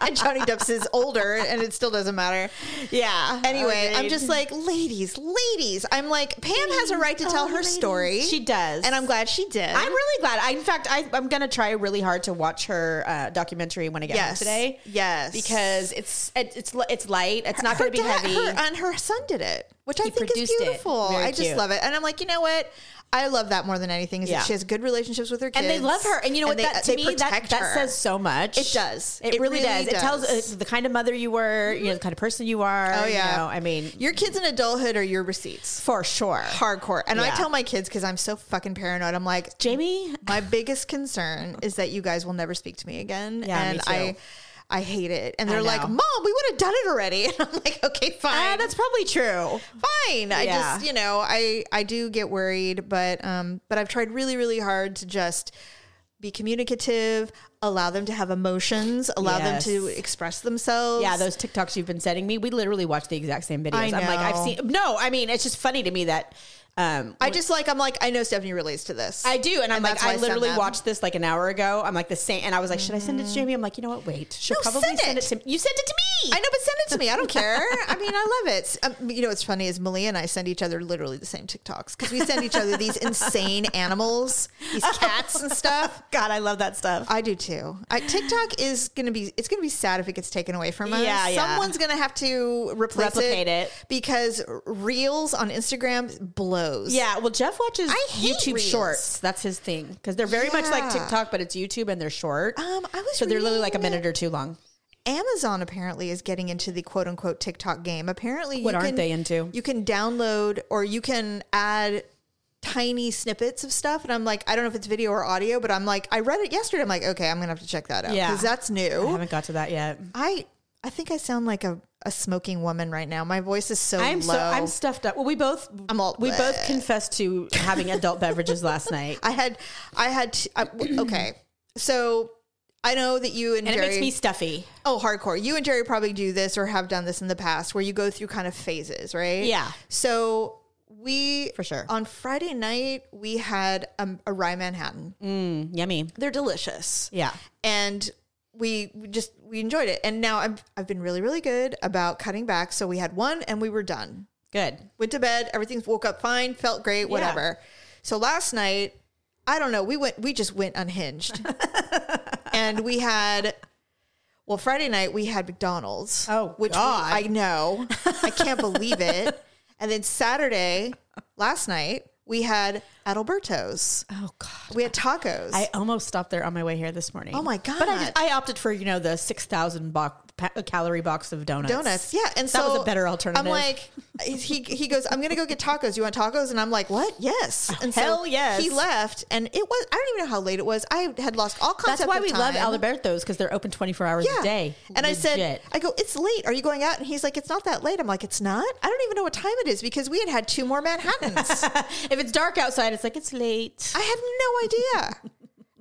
[SPEAKER 1] and Johnny Depp's is older, and it still doesn't matter.
[SPEAKER 2] yeah.
[SPEAKER 1] Anyway, I'm
[SPEAKER 2] Agreed.
[SPEAKER 1] just like, ladies, ladies. I'm like, Pam has a right to tell
[SPEAKER 2] Oh,
[SPEAKER 1] her
[SPEAKER 2] ladies.
[SPEAKER 1] story.
[SPEAKER 2] She does,
[SPEAKER 1] And I'm glad she did.
[SPEAKER 2] I'm really glad. I, in fact, I, I'm going to try really hard to watch her uh, documentary when I get home
[SPEAKER 1] yes.
[SPEAKER 2] today.
[SPEAKER 1] Yes.
[SPEAKER 2] because it's it, it's li- it's light. It's not
[SPEAKER 1] her
[SPEAKER 2] going to be
[SPEAKER 1] dad-
[SPEAKER 2] heavy.
[SPEAKER 1] her- and her son did it, which I
[SPEAKER 2] He
[SPEAKER 1] think is
[SPEAKER 2] produced it.
[SPEAKER 1] beautiful.
[SPEAKER 2] Very
[SPEAKER 1] I just
[SPEAKER 2] cute.
[SPEAKER 1] love it. And I'm like, you know what? I love that more than anything. Is
[SPEAKER 2] Yeah.
[SPEAKER 1] that she has good relationships with her kids,
[SPEAKER 2] and they love her. And you know what?
[SPEAKER 1] they-
[SPEAKER 2] that, to
[SPEAKER 1] they
[SPEAKER 2] me, that,
[SPEAKER 1] protect
[SPEAKER 2] that
[SPEAKER 1] her.
[SPEAKER 2] says so much.
[SPEAKER 1] It does.
[SPEAKER 2] It,
[SPEAKER 1] It
[SPEAKER 2] really,
[SPEAKER 1] really
[SPEAKER 2] does. It tells
[SPEAKER 1] does.
[SPEAKER 2] uh, the kind of mother you were. You know, the kind of person you are.
[SPEAKER 1] Oh yeah.
[SPEAKER 2] You know, I mean,
[SPEAKER 1] your kids in adulthood are your receipts,
[SPEAKER 2] for sure.
[SPEAKER 1] hardcore. And I
[SPEAKER 2] Yeah.
[SPEAKER 1] tell my kids because I'm so fucking paranoid. I'm like,
[SPEAKER 2] Jamie,
[SPEAKER 1] my biggest concern is that you guys will never speak to me again.
[SPEAKER 2] Yeah, me
[SPEAKER 1] and
[SPEAKER 2] too.
[SPEAKER 1] I I hate it. And they're like,
[SPEAKER 2] know.
[SPEAKER 1] Mom, we would have done it already. <laughs> And I'm like, okay,
[SPEAKER 2] uh,
[SPEAKER 1] fine.
[SPEAKER 2] that's probably true.
[SPEAKER 1] fine. I
[SPEAKER 2] Yeah.
[SPEAKER 1] just, you know, I I do get worried, but um, but I've tried really, really hard to just be communicative, allow them to have emotions, allow
[SPEAKER 2] Yes.
[SPEAKER 1] them to express themselves.
[SPEAKER 2] Yeah, those TikToks you've been sending me, we literally watch the exact same videos.
[SPEAKER 1] I
[SPEAKER 2] I'm like, I've
[SPEAKER 1] know.
[SPEAKER 2] seen. No, I mean, it's just funny to me that Um,
[SPEAKER 1] I just like I'm like I know Stephanie relates to this.
[SPEAKER 2] I do, and I'm
[SPEAKER 1] And
[SPEAKER 2] like,
[SPEAKER 1] that's why
[SPEAKER 2] I
[SPEAKER 1] I send
[SPEAKER 2] literally
[SPEAKER 1] them. Mm.
[SPEAKER 2] watched this like an hour ago. I'm like the same, and I was like, should I send it to Jamie? I'm like, you know what? Wait, she'll
[SPEAKER 1] No,
[SPEAKER 2] probably
[SPEAKER 1] send
[SPEAKER 2] send it.
[SPEAKER 1] it.
[SPEAKER 2] to me. You sent it to me.
[SPEAKER 1] I know, but send it to me. I don't care. I mean, I love it. Um, you know, what's funny is Malia and I send each other literally the same TikToks because we send each other these insane animals, these cats and stuff.
[SPEAKER 2] <laughs> God, I love that stuff.
[SPEAKER 1] I do too. I, TikTok is gonna be it's gonna be sad if it gets taken away from us.
[SPEAKER 2] Yeah, yeah.
[SPEAKER 1] Someone's gonna have to replace
[SPEAKER 2] Replicate
[SPEAKER 1] it,
[SPEAKER 2] it.
[SPEAKER 1] because reels on Instagram blows.
[SPEAKER 2] Yeah, well, Jeff watches
[SPEAKER 1] I hate
[SPEAKER 2] YouTube
[SPEAKER 1] Reels.
[SPEAKER 2] Shorts. That's his thing because they're very much like
[SPEAKER 1] Yeah.
[SPEAKER 2] TikTok, but it's YouTube and they're short.
[SPEAKER 1] Um, I was
[SPEAKER 2] so they're literally like a
[SPEAKER 1] reading-
[SPEAKER 2] minute or two long.
[SPEAKER 1] Amazon apparently is getting into the quote unquote TikTok game. Apparently,
[SPEAKER 2] What
[SPEAKER 1] you
[SPEAKER 2] aren't
[SPEAKER 1] can,
[SPEAKER 2] they into?
[SPEAKER 1] You can download or you can add tiny snippets of stuff. And I'm like, I don't know if it's video or audio, but I'm like, I read it yesterday. I'm like, okay, I'm gonna have to check that out
[SPEAKER 2] Yeah.
[SPEAKER 1] because that's
[SPEAKER 2] I
[SPEAKER 1] new.
[SPEAKER 2] haven't got to that yet.
[SPEAKER 1] I I think I sound like a, a smoking woman right now. My voice is so
[SPEAKER 2] I'm
[SPEAKER 1] low.
[SPEAKER 2] so I'm stuffed up. Well, we both
[SPEAKER 1] Oh, I'm all
[SPEAKER 2] we both
[SPEAKER 1] bleh.
[SPEAKER 2] confessed to
[SPEAKER 1] <laughs>
[SPEAKER 2] having adult beverages last night.
[SPEAKER 1] I had I had t- I- w- okay. So I know that you and,
[SPEAKER 2] And it
[SPEAKER 1] Jerry
[SPEAKER 2] makes me stuffy.
[SPEAKER 1] Oh, hardcore. You and Jerry probably do this or have done this in the past where you go through kind of phases, right?
[SPEAKER 2] Yeah.
[SPEAKER 1] So we
[SPEAKER 2] For sure.
[SPEAKER 1] on Friday night we had um, a rye Manhattan.
[SPEAKER 2] Mm, yummy.
[SPEAKER 1] They're delicious,
[SPEAKER 2] Yeah.
[SPEAKER 1] and we we just we enjoyed it. And now I've I've been really really good about cutting back. So we had one and we were done.
[SPEAKER 2] Good.
[SPEAKER 1] Went to bed. Everything woke up fine. Felt great. Whatever. So last night, I don't know. We went. We just went unhinged,
[SPEAKER 2] <laughs>
[SPEAKER 1] and we had. Well, Friday night we had McDonald's.
[SPEAKER 2] Oh,
[SPEAKER 1] which we-
[SPEAKER 2] God.
[SPEAKER 1] I know. I can't
[SPEAKER 2] <laughs>
[SPEAKER 1] believe it. And then Saturday, last night we had Adalberto's.
[SPEAKER 2] Oh God.
[SPEAKER 1] We had tacos.
[SPEAKER 2] I almost stopped there on my way here this morning.
[SPEAKER 1] Oh, my
[SPEAKER 2] But I,
[SPEAKER 1] God.
[SPEAKER 2] just, I opted for you know the six thousand box pa- calorie box of donuts.
[SPEAKER 1] donuts. Yeah, and
[SPEAKER 2] That
[SPEAKER 1] so
[SPEAKER 2] was a better alternative.
[SPEAKER 1] I'm like, he he goes, I'm gonna go get tacos. You want tacos? And I'm like, what?
[SPEAKER 2] <laughs>
[SPEAKER 1] Yes. And
[SPEAKER 2] Hell yes.
[SPEAKER 1] He left, and it was I don't even know how late it was. I had lost all concept.
[SPEAKER 2] That's why
[SPEAKER 1] of
[SPEAKER 2] we
[SPEAKER 1] time.
[SPEAKER 2] love Alberto's because they're open 24 hours
[SPEAKER 1] Yeah.
[SPEAKER 2] a day.
[SPEAKER 1] And I said,
[SPEAKER 2] Legit.
[SPEAKER 1] I go, it's late. Are you going out? And he's like, it's not that late. I'm like, it's not. I don't even know what time it is because we had had two more
[SPEAKER 2] <laughs>
[SPEAKER 1] Manhattans.
[SPEAKER 2] if it's dark outside, it's like, it's late.
[SPEAKER 1] I had no idea.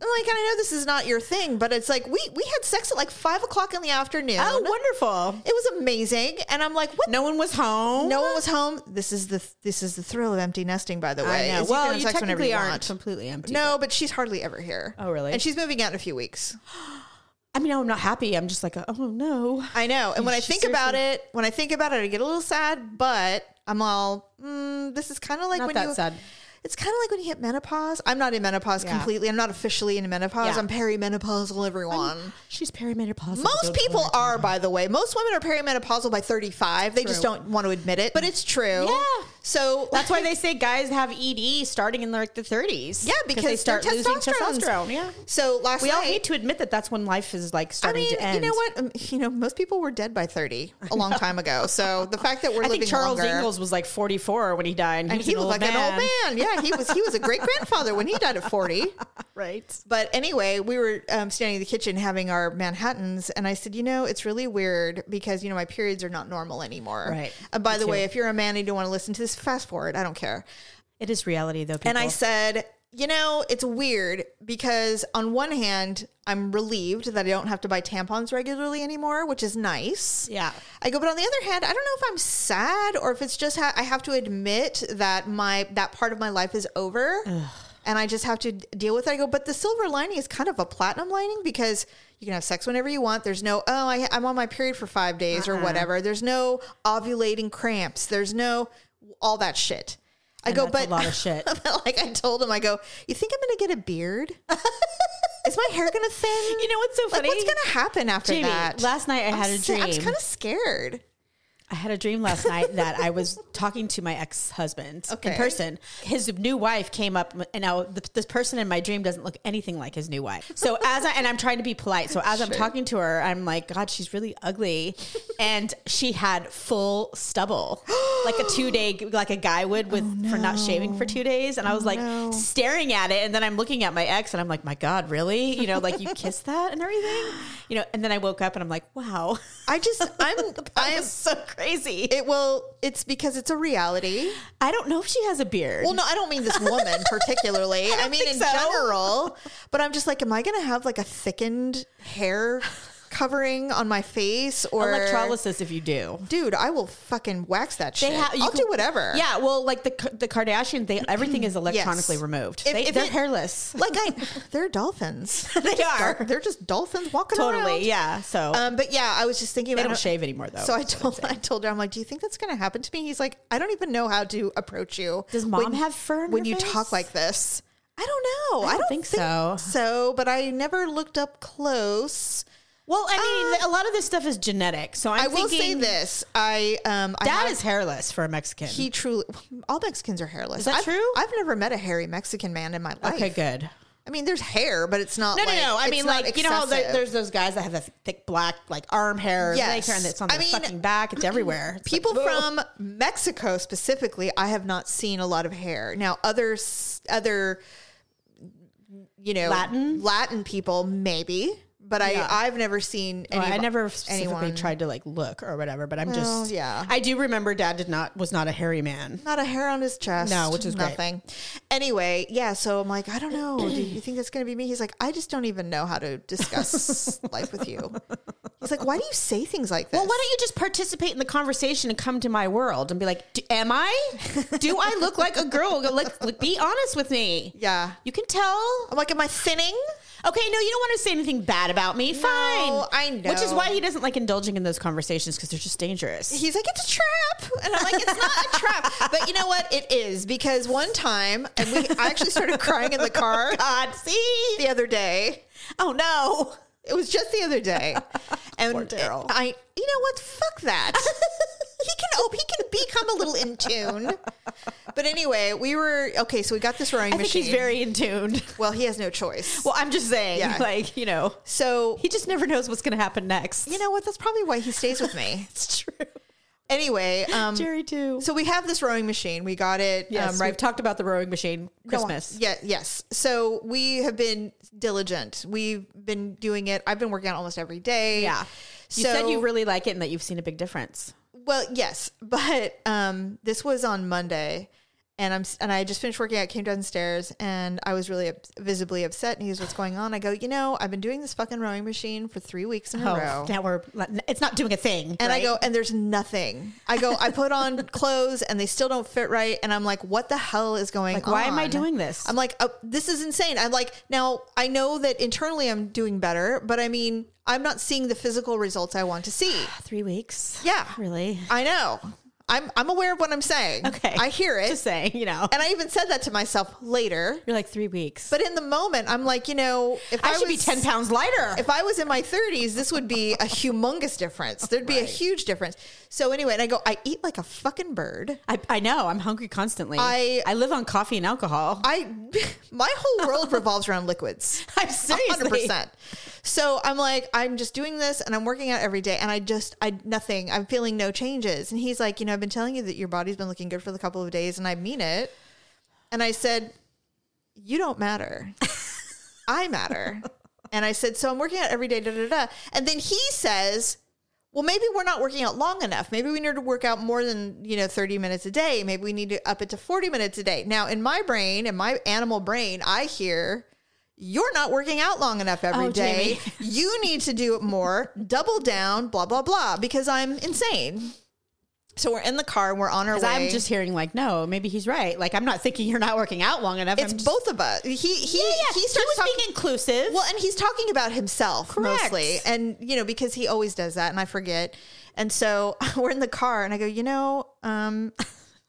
[SPEAKER 1] I'm like, and I know this is not your thing, but it's like we we had sex at like five o'clock in the afternoon.
[SPEAKER 2] Oh, wonderful.
[SPEAKER 1] It was amazing, and I'm like, what
[SPEAKER 2] No one was home.
[SPEAKER 1] No one was home. This is the this is the thrill of empty nesting, by the way.
[SPEAKER 2] I know.
[SPEAKER 1] is can
[SPEAKER 2] Well,
[SPEAKER 1] have
[SPEAKER 2] you
[SPEAKER 1] sex whenever
[SPEAKER 2] technically aren't
[SPEAKER 1] want.
[SPEAKER 2] completely empty.
[SPEAKER 1] No, but she's hardly ever here.
[SPEAKER 2] Oh, really?
[SPEAKER 1] And she's moving out in a few weeks.
[SPEAKER 2] I mean, I'm not happy. I'm just like, oh no.
[SPEAKER 1] I know. And when I
[SPEAKER 2] She
[SPEAKER 1] think about it, when I think about it, I get a little sad. But I'm all, mm, this is kind of like
[SPEAKER 2] Not
[SPEAKER 1] when
[SPEAKER 2] that
[SPEAKER 1] you.
[SPEAKER 2] sad.
[SPEAKER 1] It's kind of like when you hit menopause. I'm not in menopause
[SPEAKER 2] Yeah.
[SPEAKER 1] completely. I'm not officially in menopause.
[SPEAKER 2] Yeah.
[SPEAKER 1] I'm perimenopausal, everyone.
[SPEAKER 2] She's perimenopausal.
[SPEAKER 1] Most people are, by the way. Most women are perimenopausal by 35. They just
[SPEAKER 2] True.
[SPEAKER 1] don't want to admit it, but it's true.
[SPEAKER 2] Yeah.
[SPEAKER 1] So <laughs>
[SPEAKER 2] That's why <laughs> they say guys have ED starting in like their 30s.
[SPEAKER 1] Yeah,
[SPEAKER 2] they
[SPEAKER 1] because
[SPEAKER 2] start
[SPEAKER 1] their
[SPEAKER 2] losing
[SPEAKER 1] testosterone's-
[SPEAKER 2] testosterone. Yeah.
[SPEAKER 1] So last
[SPEAKER 2] We
[SPEAKER 1] night,
[SPEAKER 2] all hate to admit that that's when life is
[SPEAKER 1] I
[SPEAKER 2] like starting
[SPEAKER 1] mean,
[SPEAKER 2] to end.
[SPEAKER 1] you know what? Um, You know, most people were dead by thirty a long time ago. So the fact that we're
[SPEAKER 2] I
[SPEAKER 1] living
[SPEAKER 2] think Charles
[SPEAKER 1] longer,
[SPEAKER 2] Ingalls was like 44 when he died. And,
[SPEAKER 1] and
[SPEAKER 2] was
[SPEAKER 1] he
[SPEAKER 2] an
[SPEAKER 1] looked like an old man. Yeah, he was. He
[SPEAKER 2] <laughs>
[SPEAKER 1] was a great grandfather when he died at forty.
[SPEAKER 2] Right.
[SPEAKER 1] But anyway, we were um, standing in the kitchen having our Manhattans, and I said, you know, it's really weird because you know my periods are not normal anymore.
[SPEAKER 2] Right.
[SPEAKER 1] And by
[SPEAKER 2] Me
[SPEAKER 1] the way,
[SPEAKER 2] too.
[SPEAKER 1] if you're a man and you don't want to listen to this, fast forward. I don't care.
[SPEAKER 2] It is reality though. People.
[SPEAKER 1] And I said, you know, it's weird because on one hand, I'm relieved that I don't have to buy tampons regularly anymore, which is nice.
[SPEAKER 2] Yeah.
[SPEAKER 1] I go, but on the other hand, I don't know if I'm sad or if it's just ha- I have to admit that my that part of my life is over. And I just have to d- deal with it. I go, but the silver lining is kind of a platinum lining because you can have sex whenever you want. There's no, oh, I, I'm on my period for five days
[SPEAKER 2] Uh-uh.
[SPEAKER 1] or whatever. There's no ovulating cramps. There's no all that shit. I go,
[SPEAKER 2] that's
[SPEAKER 1] but
[SPEAKER 2] a lot
[SPEAKER 1] <laughs>
[SPEAKER 2] of shit.
[SPEAKER 1] but like I told him, I go, you think I'm gonna get a beard? Is my hair gonna thin?
[SPEAKER 2] <laughs> You know what's so
[SPEAKER 1] like,
[SPEAKER 2] funny?
[SPEAKER 1] what's gonna happen after
[SPEAKER 2] Jamie,
[SPEAKER 1] that?
[SPEAKER 2] last night I
[SPEAKER 1] I'm
[SPEAKER 2] had a
[SPEAKER 1] sa- I'm
[SPEAKER 2] dream.
[SPEAKER 1] kind of scared.
[SPEAKER 2] I had a dream last night that I was talking to my ex husband in
[SPEAKER 1] Okay.
[SPEAKER 2] person. His new wife came up, and now the, this person in my dream doesn't look anything like his new wife. So as I and I'm trying to be polite. So as I'm talking to her, I'm like, God, she's really ugly, and she had full stubble, like a two day, like a guy would with for not shaving for two days. And I was like
[SPEAKER 1] Oh, no.
[SPEAKER 2] staring at it, and then I'm looking at my ex, and I'm like, My God, really? You know, like you kissed that and everything, you know. And then I woke up, and I'm like, Wow,
[SPEAKER 1] I
[SPEAKER 2] <laughs>
[SPEAKER 1] just I'm I
[SPEAKER 2] that
[SPEAKER 1] am
[SPEAKER 2] was so crazy.
[SPEAKER 1] it will it's because it's a reality.
[SPEAKER 2] I don't know if she has a beard.
[SPEAKER 1] Well, no, I don't mean this
[SPEAKER 2] <laughs>
[SPEAKER 1] woman particularly. I, mean
[SPEAKER 2] think
[SPEAKER 1] in
[SPEAKER 2] so.
[SPEAKER 1] general. But I'm just like, am I gonna have like a thickened hair covering on my face or
[SPEAKER 2] Electrolysis, if you do.
[SPEAKER 1] Dude, I will fucking wax that shit.
[SPEAKER 2] ha- you
[SPEAKER 1] I'll
[SPEAKER 2] can-
[SPEAKER 1] do whatever.
[SPEAKER 2] Yeah, well, like the K- the Kardashians, they everything <clears throat> is electronically removed.
[SPEAKER 1] If-
[SPEAKER 2] they,
[SPEAKER 1] if
[SPEAKER 2] they're
[SPEAKER 1] it-
[SPEAKER 2] hairless.
[SPEAKER 1] Like
[SPEAKER 2] <laughs>
[SPEAKER 1] I, they're dolphins.
[SPEAKER 2] They are.
[SPEAKER 1] They're just dolphins walking around.
[SPEAKER 2] Totally. Yeah. So
[SPEAKER 1] Um, but yeah, I was just thinking
[SPEAKER 2] they
[SPEAKER 1] about
[SPEAKER 2] don't shave anymore though.
[SPEAKER 1] So I told <laughs> I told her, I'm like, do you think that's gonna happen to me? He's like, I don't even know how to approach you.
[SPEAKER 2] Does mom have fur in
[SPEAKER 1] when
[SPEAKER 2] her
[SPEAKER 1] you
[SPEAKER 2] face?
[SPEAKER 1] talk like this? I don't know. I don't,
[SPEAKER 2] think so.
[SPEAKER 1] So, but I never looked up close.
[SPEAKER 2] well, I mean, a lot of this stuff is genetic. So I'm
[SPEAKER 1] i will say
[SPEAKER 2] thinking
[SPEAKER 1] this: I um, I
[SPEAKER 2] Dad
[SPEAKER 1] have-
[SPEAKER 2] is hairless for a Mexican.
[SPEAKER 1] he truly. <laughs> All Mexicans are hairless.
[SPEAKER 2] Is that
[SPEAKER 1] I've-
[SPEAKER 2] true?
[SPEAKER 1] I've never met a hairy Mexican man in my life.
[SPEAKER 2] okay, good.
[SPEAKER 1] I mean, there's hair, but it's not.
[SPEAKER 2] No,
[SPEAKER 1] like,
[SPEAKER 2] no, no. I
[SPEAKER 1] it's
[SPEAKER 2] mean,
[SPEAKER 1] not
[SPEAKER 2] like you know how there-
[SPEAKER 1] excessive.
[SPEAKER 2] there's those guys that have that thick black like arm hair, or leg
[SPEAKER 1] Yes.
[SPEAKER 2] hair, and it's on
[SPEAKER 1] I
[SPEAKER 2] their
[SPEAKER 1] mean,
[SPEAKER 2] fucking back. <clears throat> It's everywhere. It's like,
[SPEAKER 1] people
[SPEAKER 2] whoa.
[SPEAKER 1] from Mexico specifically, I have not seen a lot of hair. Now, other s- other you know
[SPEAKER 2] Latin?
[SPEAKER 1] Latin people maybe, but
[SPEAKER 2] Yeah.
[SPEAKER 1] I I've never seen.
[SPEAKER 2] Well,
[SPEAKER 1] Any,
[SPEAKER 2] I never specifically
[SPEAKER 1] anyone-
[SPEAKER 2] tried to like look or whatever, but I'm just
[SPEAKER 1] yeah.
[SPEAKER 2] I do remember Dad did not was not a hairy man.
[SPEAKER 1] Not a hair on his chest.
[SPEAKER 2] No, which is great.
[SPEAKER 1] nothing. Anyway, yeah. So I'm like, I don't know. Do you think that's going to be me? He's like, I just don't even know how to
[SPEAKER 2] <laughs>
[SPEAKER 1] discuss life with you. He's like, why do you say things like this?
[SPEAKER 2] Well, why don't you just participate in the conversation and come to my world and be like, D- "Am I? Do I look like a girl? Go, Like, like, be honest with me.
[SPEAKER 1] yeah.
[SPEAKER 2] You can tell.
[SPEAKER 1] I'm like, am I thinning?
[SPEAKER 2] Okay, no, you don't want to say anything bad about me. Fine,
[SPEAKER 1] I
[SPEAKER 2] Which is
[SPEAKER 1] know.
[SPEAKER 2] why he doesn't like indulging in those conversations because they're just dangerous.
[SPEAKER 1] he's like, it's a trap. And I'm like, it's not a trap. But you know what? It is because one time, and we, I actually started crying in
[SPEAKER 2] <laughs>
[SPEAKER 1] the car
[SPEAKER 2] Oh, God, see?
[SPEAKER 1] the other day.
[SPEAKER 2] Oh no.
[SPEAKER 1] It was just the other
[SPEAKER 2] <laughs>
[SPEAKER 1] day. And
[SPEAKER 2] Poor Daryl.
[SPEAKER 1] I, you know what? Fuck that. he can, oh, he can become a little in tune. But anyway, we were, okay, so we got this rowing
[SPEAKER 2] I think
[SPEAKER 1] machine.
[SPEAKER 2] he's very in tune.
[SPEAKER 1] well, he has no choice.
[SPEAKER 2] Well, I'm just saying,
[SPEAKER 1] Yeah.
[SPEAKER 2] <laughs> like you know,
[SPEAKER 1] so,
[SPEAKER 2] he just never knows what's going to happen next.
[SPEAKER 1] you know what? That's probably why he stays with me.
[SPEAKER 2] <laughs> it's true.
[SPEAKER 1] Anyway, um,
[SPEAKER 2] Jerry too.
[SPEAKER 1] so we have this rowing machine. We got it
[SPEAKER 2] yes,
[SPEAKER 1] um,
[SPEAKER 2] we've talked about the rowing machine
[SPEAKER 1] No,
[SPEAKER 2] Christmas.
[SPEAKER 1] yeah, yes. So we have been diligent. We've been doing it. I've been working out almost every day.
[SPEAKER 2] Yeah.
[SPEAKER 1] So,
[SPEAKER 2] You said you really like it and that you've seen a big difference.
[SPEAKER 1] well, yes, but um, this was on Monday, and I'm s- and I just finished working out. Came downstairs, and I was really up, visibly upset. And he was, "What's going on?" I go, "You know, I've been doing this fucking rowing machine for three weeks in a row."
[SPEAKER 2] Oh, now we're it's not doing a thing.
[SPEAKER 1] And I go, and there's nothing. I go, I put
[SPEAKER 2] <laughs>
[SPEAKER 1] on clothes and they still don't fit right. And I'm like, what the hell is going
[SPEAKER 2] Like,
[SPEAKER 1] on?
[SPEAKER 2] why am I doing this?
[SPEAKER 1] I'm like, oh, this is insane. I'm like, now I know that internally I'm doing better, but I mean, I'm not seeing the physical results I want to
[SPEAKER 2] <sighs>
[SPEAKER 1] see.
[SPEAKER 2] three weeks.
[SPEAKER 1] Yeah.
[SPEAKER 2] really.
[SPEAKER 1] I know. I'm, I'm aware of what I'm saying.
[SPEAKER 2] <laughs> Okay,
[SPEAKER 1] I hear it.
[SPEAKER 2] Just saying, you know,
[SPEAKER 1] and I even said that to myself later.
[SPEAKER 2] you're like three weeks.
[SPEAKER 1] But in the moment, I'm like, you know, if I,
[SPEAKER 2] I, should be
[SPEAKER 1] was-
[SPEAKER 2] ten pounds lighter.
[SPEAKER 1] if I was in my 30s, this would be a humongous difference. There'd be a huge difference. So anyway, and I go, I eat like a fucking bird.
[SPEAKER 2] I, I know I'm hungry constantly.
[SPEAKER 1] I-
[SPEAKER 2] I live on coffee and alcohol. <laughs>
[SPEAKER 1] I <laughs> my whole world revolves around liquids.
[SPEAKER 2] I'm seriously.
[SPEAKER 1] 100%. So I'm like, I'm just doing this and I'm working out every day and I just, I nothing, I'm feeling no changes. And he's like, you know, I've been telling you that your body's been looking good for the couple of days and I mean it. And I said, you don't matter. I matter.
[SPEAKER 2] <laughs>
[SPEAKER 1] And I said, so I'm working out every day, da da da. And then he says, well, maybe we're not working out long enough. Maybe we need to work out more than, you know, 30 minutes a day. Maybe we need to up it to 40 minutes a day. Now, in my brain, in my animal brain, I hear, you're not working out long enough every
[SPEAKER 2] Oh,
[SPEAKER 1] day.
[SPEAKER 2] Jamie.
[SPEAKER 1] <laughs> you need to do it more, double down, blah, blah, blah, because I'm insane. So we're in the car and we're on our way.
[SPEAKER 2] 'Cause I'm just hearing like, no, maybe he's right. Like I'm not thinking you're not working out long enough.
[SPEAKER 1] it's
[SPEAKER 2] I'm just-
[SPEAKER 1] both of us. He, he,
[SPEAKER 2] Yeah, yeah.
[SPEAKER 1] he
[SPEAKER 2] He,
[SPEAKER 1] starts
[SPEAKER 2] was
[SPEAKER 1] talking.
[SPEAKER 2] being inclusive.
[SPEAKER 1] Well, and he's talking about himself
[SPEAKER 2] Correct.
[SPEAKER 1] mostly. And, you know, because he always does that and I forget. And so <laughs> we're in the car and I go, you know, um,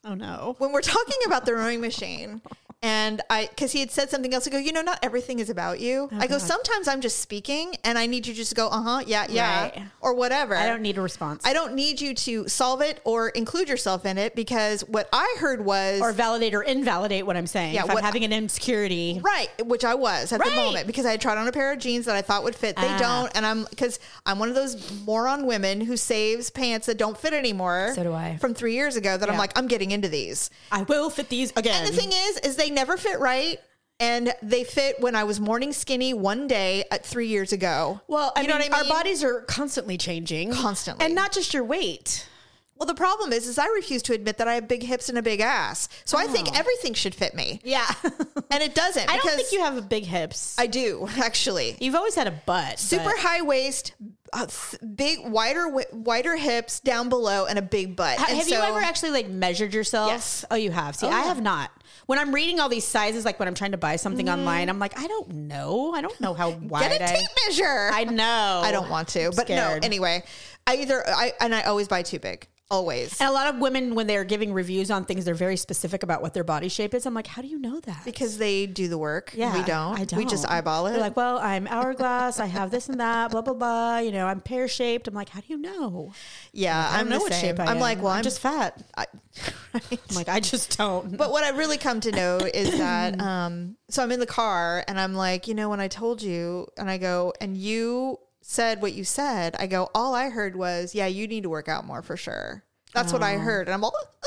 [SPEAKER 2] oh no.
[SPEAKER 1] when we're talking about the rowing machine and I, cause he had said something else, I go, you know, not everything is about you. I go,
[SPEAKER 2] Oh, God.
[SPEAKER 1] sometimes I'm just speaking and I need you just to go, uh huh, yeah, yeah,
[SPEAKER 2] Right.
[SPEAKER 1] or whatever.
[SPEAKER 2] I don't need a response
[SPEAKER 1] I don't need you to solve it or include yourself in it because what I heard was
[SPEAKER 2] or validate or invalidate what I'm saying.
[SPEAKER 1] Yeah,
[SPEAKER 2] if I'm
[SPEAKER 1] what-
[SPEAKER 2] having an insecurity,
[SPEAKER 1] Right, which I was at
[SPEAKER 2] Right.
[SPEAKER 1] the moment because I had tried on a pair of jeans that I thought would fit. They
[SPEAKER 2] Ah.
[SPEAKER 1] don't, and I'm because I'm one of those moron women who saves pants that don't fit anymore.
[SPEAKER 2] So do I.
[SPEAKER 1] From three years ago, that I'm
[SPEAKER 2] Yeah. Mm-hmm.
[SPEAKER 1] like, I'm getting into these.
[SPEAKER 2] I will fit these again.
[SPEAKER 1] And the thing is, is they never fit right, and they fit when I was morning skinny one day at three years ago.
[SPEAKER 2] Well, I
[SPEAKER 1] You
[SPEAKER 2] mean,
[SPEAKER 1] know what I
[SPEAKER 2] our
[SPEAKER 1] mean?
[SPEAKER 2] bodies are constantly changing,
[SPEAKER 1] Constantly.
[SPEAKER 2] and not just your weight.
[SPEAKER 1] Well, the problem is, is I refuse to admit that I have big hips and a big ass. So I think everything should fit me,
[SPEAKER 2] Oh. <laughs> Yeah. I
[SPEAKER 1] and it doesn't.
[SPEAKER 2] don't
[SPEAKER 1] because
[SPEAKER 2] think you have big hips.
[SPEAKER 1] I do actually.
[SPEAKER 2] You've always had a butt.
[SPEAKER 1] Super
[SPEAKER 2] but-
[SPEAKER 1] high waist, uh, th- big wider wi- wider hips down below, and a big butt.
[SPEAKER 2] Ha-
[SPEAKER 1] And
[SPEAKER 2] have you
[SPEAKER 1] so-
[SPEAKER 2] ever actually like measured yourself?
[SPEAKER 1] Yes.
[SPEAKER 2] Oh, you have. See, I have not. When I'm reading all these sizes, like when I'm trying to buy something online, I'm like, I don't know. I don't <laughs> know how wide
[SPEAKER 1] get a
[SPEAKER 2] I.
[SPEAKER 1] tape measure?
[SPEAKER 2] I know.
[SPEAKER 1] I don't want to, but
[SPEAKER 2] scared.
[SPEAKER 1] no. Anyway, I either I and I always buy too big. Always.
[SPEAKER 2] And a lot of women, when they're giving reviews on things, they're very specific about what their body shape is. I'm like, how do you know that?
[SPEAKER 1] because they do the work. we don't.
[SPEAKER 2] I don't.
[SPEAKER 1] We just eyeball it.
[SPEAKER 2] They're like, well, I'm hourglass. I have this and that. Blah blah blah. You know, I'm pear shaped. I'm like, how do you know?
[SPEAKER 1] yeah,
[SPEAKER 2] I
[SPEAKER 1] I
[SPEAKER 2] don't
[SPEAKER 1] am
[SPEAKER 2] know
[SPEAKER 1] the
[SPEAKER 2] what
[SPEAKER 1] same.
[SPEAKER 2] shape I
[SPEAKER 1] I'm
[SPEAKER 2] am.
[SPEAKER 1] like, well,
[SPEAKER 2] I'm
[SPEAKER 1] I'm
[SPEAKER 2] just
[SPEAKER 1] just
[SPEAKER 2] fat.
[SPEAKER 1] I, <laughs> right.
[SPEAKER 2] I'm like, I just don't.
[SPEAKER 1] But what I've really come to know is
[SPEAKER 2] <clears throat>
[SPEAKER 1] that um, so I'm in the car and I'm like, you know, when I told you, and I go, and you said what you said, I go, all I heard was, yeah, you need to work out more for sure. That's what
[SPEAKER 2] Oh.
[SPEAKER 1] I heard, and I'm all. <laughs>
[SPEAKER 2] <laughs>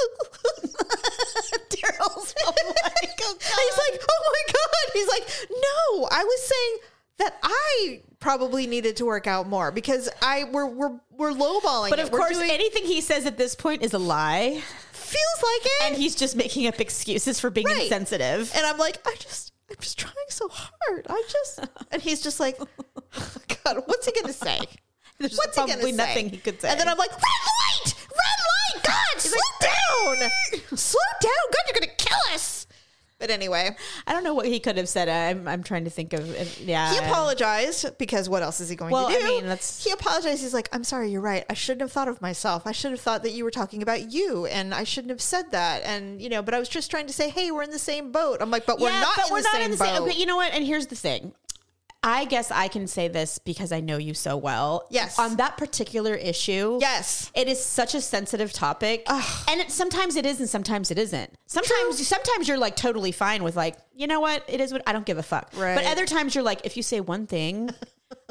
[SPEAKER 1] Daryl's
[SPEAKER 2] Oh
[SPEAKER 1] like, <laughs> he's like, oh my god. He's like, no, I was saying that I probably needed to work out more because I we're we're we're lowballing.
[SPEAKER 2] But
[SPEAKER 1] it.
[SPEAKER 2] of
[SPEAKER 1] We're
[SPEAKER 2] course,
[SPEAKER 1] doing-
[SPEAKER 2] anything he says at this point is a lie,
[SPEAKER 1] feels like it.
[SPEAKER 2] and he's just making up excuses for being
[SPEAKER 1] Right.
[SPEAKER 2] insensitive.
[SPEAKER 1] And I'm like, I just, I'm just trying so hard. I just, and he's just like, God, what's he gonna say?
[SPEAKER 2] <laughs> There's
[SPEAKER 1] what's he
[SPEAKER 2] probably
[SPEAKER 1] gonna
[SPEAKER 2] nothing
[SPEAKER 1] say?
[SPEAKER 2] he could say.
[SPEAKER 1] And then I'm like, red light, red light, God, slow down, slow down, God, you're gonna kill us. But anyway,
[SPEAKER 2] I don't know what he could have said. I'm, I'm trying to think of. if- Yeah,
[SPEAKER 1] he apologized because what else is he going
[SPEAKER 2] Um, Well,
[SPEAKER 1] to
[SPEAKER 2] I
[SPEAKER 1] do?
[SPEAKER 2] mean, that's-
[SPEAKER 1] he apologized. He's like, I'm sorry, you're right. I shouldn't have thought of myself. I should have thought that you were talking about you, and I shouldn't have said that. And you know, but I was just trying to say, hey, we're in the same boat. I'm like, but we're
[SPEAKER 2] Yeah,
[SPEAKER 1] not,
[SPEAKER 2] but
[SPEAKER 1] in, the same boat.
[SPEAKER 2] Okay, you know what? And here's the thing. I guess I can say this because I know you so well.
[SPEAKER 1] Yes.
[SPEAKER 2] On that particular issue.
[SPEAKER 1] Yes.
[SPEAKER 2] It is such a sensitive topic. And it, sometimes it is and sometimes it isn't. Sometimes sometimes you're like totally fine with like, you know what? It is what I don't give a fuck. But
[SPEAKER 1] Right.
[SPEAKER 2] other times you're like, if you say one thing,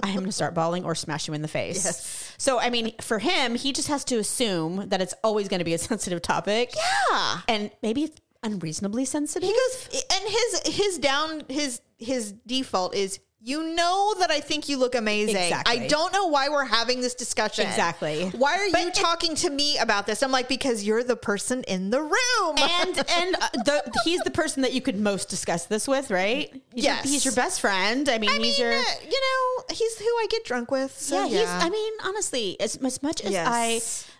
[SPEAKER 2] I am going to start bawling or smash you in the face.
[SPEAKER 1] Yes.
[SPEAKER 2] So, I mean, for him, he just has to assume that it's always going to be a <laughs> sensitive topic.
[SPEAKER 1] Yeah.
[SPEAKER 2] And maybe it's unreasonably sensitive.
[SPEAKER 1] He goes and his his down his his default is you know that I think you look amazing.
[SPEAKER 2] Exactly.
[SPEAKER 1] I don't know why we're having this discussion.
[SPEAKER 2] Exactly.
[SPEAKER 1] Why are
[SPEAKER 2] But
[SPEAKER 1] you
[SPEAKER 2] it-
[SPEAKER 1] talking to me about this? I'm like because you're the person in the room.
[SPEAKER 2] <laughs> and and uh, the, he's the person that you could most discuss this with, right? He's your-
[SPEAKER 1] Yes.
[SPEAKER 2] he's your best friend. I mean,
[SPEAKER 1] I mean,
[SPEAKER 2] he's your
[SPEAKER 1] uh, you know, he's who I get drunk with. So
[SPEAKER 2] yeah,
[SPEAKER 1] yeah,
[SPEAKER 2] He's. I mean, honestly, as, as much as I,
[SPEAKER 1] Yes.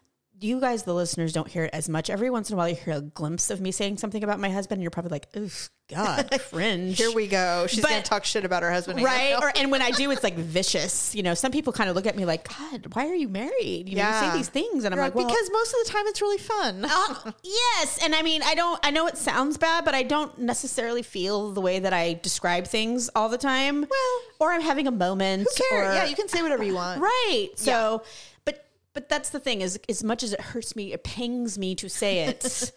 [SPEAKER 2] you guys, the listeners, don't hear it as much. Every once in a while, you hear a glimpse of me saying something about my husband, and you're probably like, "Oof, God,
[SPEAKER 1] <laughs>
[SPEAKER 2] cringe."
[SPEAKER 1] here we go. She's gonna
[SPEAKER 2] But-
[SPEAKER 1] talk shit about her husband, again.
[SPEAKER 2] Right, or and when I do, it's like vicious. You know, some people kind of look at me like, "God, why are you married?" You know, you
[SPEAKER 1] Yeah.
[SPEAKER 2] say these things, and I'm
[SPEAKER 1] You're
[SPEAKER 2] like,
[SPEAKER 1] like,
[SPEAKER 2] "Well,
[SPEAKER 1] because most of the time it's really fun. <laughs>
[SPEAKER 2] Uh, yes, and I mean, I don't. I know it sounds bad, but I don't necessarily feel the way that I describe things all the time.
[SPEAKER 1] Well-
[SPEAKER 2] or I'm having a moment.
[SPEAKER 1] Who cares?
[SPEAKER 2] or-
[SPEAKER 1] yeah, you can say whatever you
[SPEAKER 2] Uh,
[SPEAKER 1] want.
[SPEAKER 2] right. So, but but that's the thing is, as much as it hurts me, it pangs me to say <laughs> it.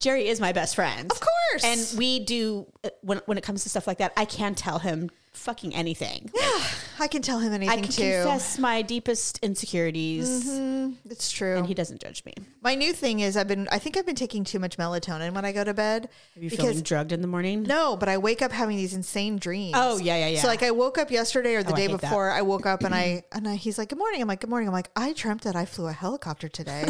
[SPEAKER 2] Jerry is my best friend, of
[SPEAKER 1] course.
[SPEAKER 2] and we do uh, when when it comes to stuff like that. I can tell him fucking anything.
[SPEAKER 1] <sighs> I can tell him anything
[SPEAKER 2] I can
[SPEAKER 1] too.
[SPEAKER 2] confess my deepest insecurities,
[SPEAKER 1] It's true.
[SPEAKER 2] and he doesn't judge me.
[SPEAKER 1] My new thing is I've been I think I've been taking too much melatonin when I go to bed
[SPEAKER 2] Are you feeling drugged in the morning?
[SPEAKER 1] no, but I wake up having these insane dreams.
[SPEAKER 2] Oh, yeah, yeah, yeah.
[SPEAKER 1] So like I woke up yesterday or the
[SPEAKER 2] Oh, I
[SPEAKER 1] day
[SPEAKER 2] hate that.
[SPEAKER 1] before. I woke up and I and I, he's like, "Good morning." I'm like, "Good morning." I'm like, "I dreamt that I flew a helicopter
[SPEAKER 2] <laughs>
[SPEAKER 1] today."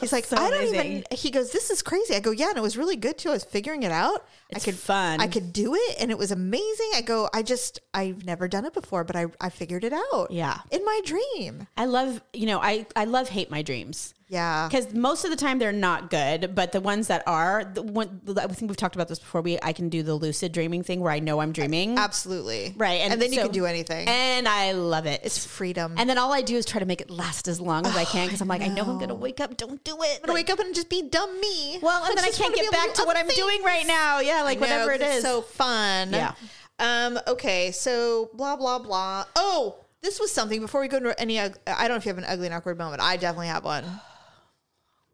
[SPEAKER 1] He's like,
[SPEAKER 2] So
[SPEAKER 1] "I don't
[SPEAKER 2] amazing.
[SPEAKER 1] even." He goes, "This is crazy." I go, "Yeah," and it was really good too. I was figuring it out.
[SPEAKER 2] It's
[SPEAKER 1] I could
[SPEAKER 2] fun.
[SPEAKER 1] I could do it, and it was amazing. I go, "I just I've never done it before, but I I figured it out."
[SPEAKER 2] Yeah.
[SPEAKER 1] in my dream.
[SPEAKER 2] I love, you know, I, I love hate my dreams
[SPEAKER 1] Yeah,
[SPEAKER 2] because most of the time they're not good, but the ones that are, the one, I think we've talked about this before. We, I can do the lucid dreaming thing where I know I'm dreaming.
[SPEAKER 1] absolutely.
[SPEAKER 2] Right.
[SPEAKER 1] and, then you
[SPEAKER 2] so-
[SPEAKER 1] can do anything.
[SPEAKER 2] And I love it.
[SPEAKER 1] it's freedom.
[SPEAKER 2] and then all I do is try to make it last as long as I can because I'm like, I know I'm going to wake up. Don't do it.
[SPEAKER 1] to wake up and just be dumb me.
[SPEAKER 2] well, and then I
[SPEAKER 1] just
[SPEAKER 2] can't
[SPEAKER 1] wanna be
[SPEAKER 2] get
[SPEAKER 1] able
[SPEAKER 2] back
[SPEAKER 1] do
[SPEAKER 2] to what
[SPEAKER 1] other
[SPEAKER 2] I'm
[SPEAKER 1] things.
[SPEAKER 2] doing right now. Yeah. Like
[SPEAKER 1] I know,
[SPEAKER 2] whatever it
[SPEAKER 1] 'cause it's
[SPEAKER 2] is.
[SPEAKER 1] so fun.
[SPEAKER 2] Yeah.
[SPEAKER 1] Um. Okay. So blah blah blah. Oh, this was something. Before we go into any, ug- I don't know if you have an ugly and awkward moment. I definitely have one.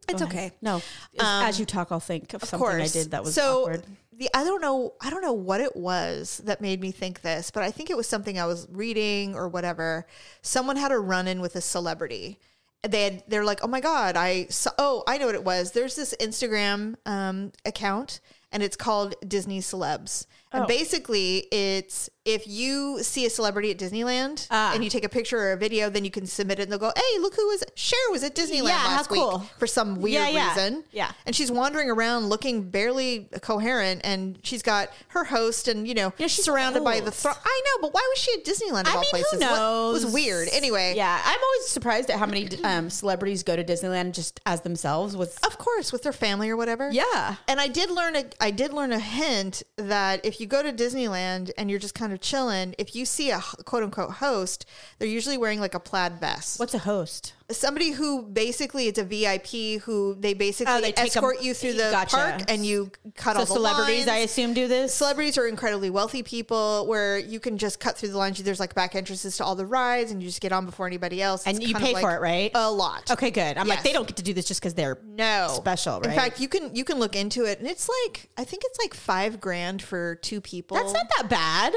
[SPEAKER 1] It's okay.
[SPEAKER 2] no, as, as you talk, I'll think of,
[SPEAKER 1] Um, Of
[SPEAKER 2] something
[SPEAKER 1] course.
[SPEAKER 2] I did that was
[SPEAKER 1] so.
[SPEAKER 2] awkward.
[SPEAKER 1] The I don't know. I don't know what it was that made me think this, but I think it was something I was reading or whatever. Someone had a run in with a celebrity. They had, they're like, oh my god, I saw. Oh, I know what it was. There's this Instagram um, account, and it's called Disney Celebs, And
[SPEAKER 2] Oh.
[SPEAKER 1] basically, it's if you see a celebrity at Disneyland
[SPEAKER 2] Ah.
[SPEAKER 1] and you take a picture or a video, then you can submit it and they'll go, hey, look who was, Cher was at Disneyland
[SPEAKER 2] Yeah, how
[SPEAKER 1] last
[SPEAKER 2] cool.
[SPEAKER 1] week for some weird
[SPEAKER 2] Yeah, yeah.
[SPEAKER 1] reason.
[SPEAKER 2] Yeah.
[SPEAKER 1] And she's wandering around looking barely coherent and she's got her host and, you know,
[SPEAKER 2] Yeah, she's
[SPEAKER 1] she's surrounded by the
[SPEAKER 2] old.
[SPEAKER 1] throng. I know, but why was she at Disneyland of
[SPEAKER 2] I
[SPEAKER 1] all
[SPEAKER 2] mean,
[SPEAKER 1] places?
[SPEAKER 2] who
[SPEAKER 1] What-
[SPEAKER 2] knows?
[SPEAKER 1] It was weird. Anyway,
[SPEAKER 2] Yeah, I'm always surprised at how many um, celebrities go to Disneyland just as themselves. With
[SPEAKER 1] of course, with their family or whatever.
[SPEAKER 2] yeah,
[SPEAKER 1] And I did learn a I did learn a hint that if you go to Disneyland and you're just kind of chilling, if you see a quote unquote host, they're usually wearing like a plaid vest.
[SPEAKER 2] what's a host?
[SPEAKER 1] Somebody who basically it's a VIP who they basically
[SPEAKER 2] Oh, they take 'em-
[SPEAKER 1] escort you through the
[SPEAKER 2] Gotcha.
[SPEAKER 1] park and you cut
[SPEAKER 2] So
[SPEAKER 1] all the
[SPEAKER 2] celebrities, I
[SPEAKER 1] lines.
[SPEAKER 2] assume, do this.
[SPEAKER 1] Celebrities are incredibly wealthy people where you can just cut through the lines. There's like back entrances to all the rides and you just get on before anybody else.
[SPEAKER 2] And
[SPEAKER 1] It's
[SPEAKER 2] you
[SPEAKER 1] kind of
[SPEAKER 2] pay
[SPEAKER 1] like
[SPEAKER 2] for it, right?
[SPEAKER 1] A lot.
[SPEAKER 2] Okay, good. I'm like
[SPEAKER 1] Yes.
[SPEAKER 2] they don't get to do this just because they're
[SPEAKER 1] No.
[SPEAKER 2] special,
[SPEAKER 1] In
[SPEAKER 2] right?
[SPEAKER 1] fact, you can you can look into it and it's like I think it's like five grand for two people.
[SPEAKER 2] That's not that bad.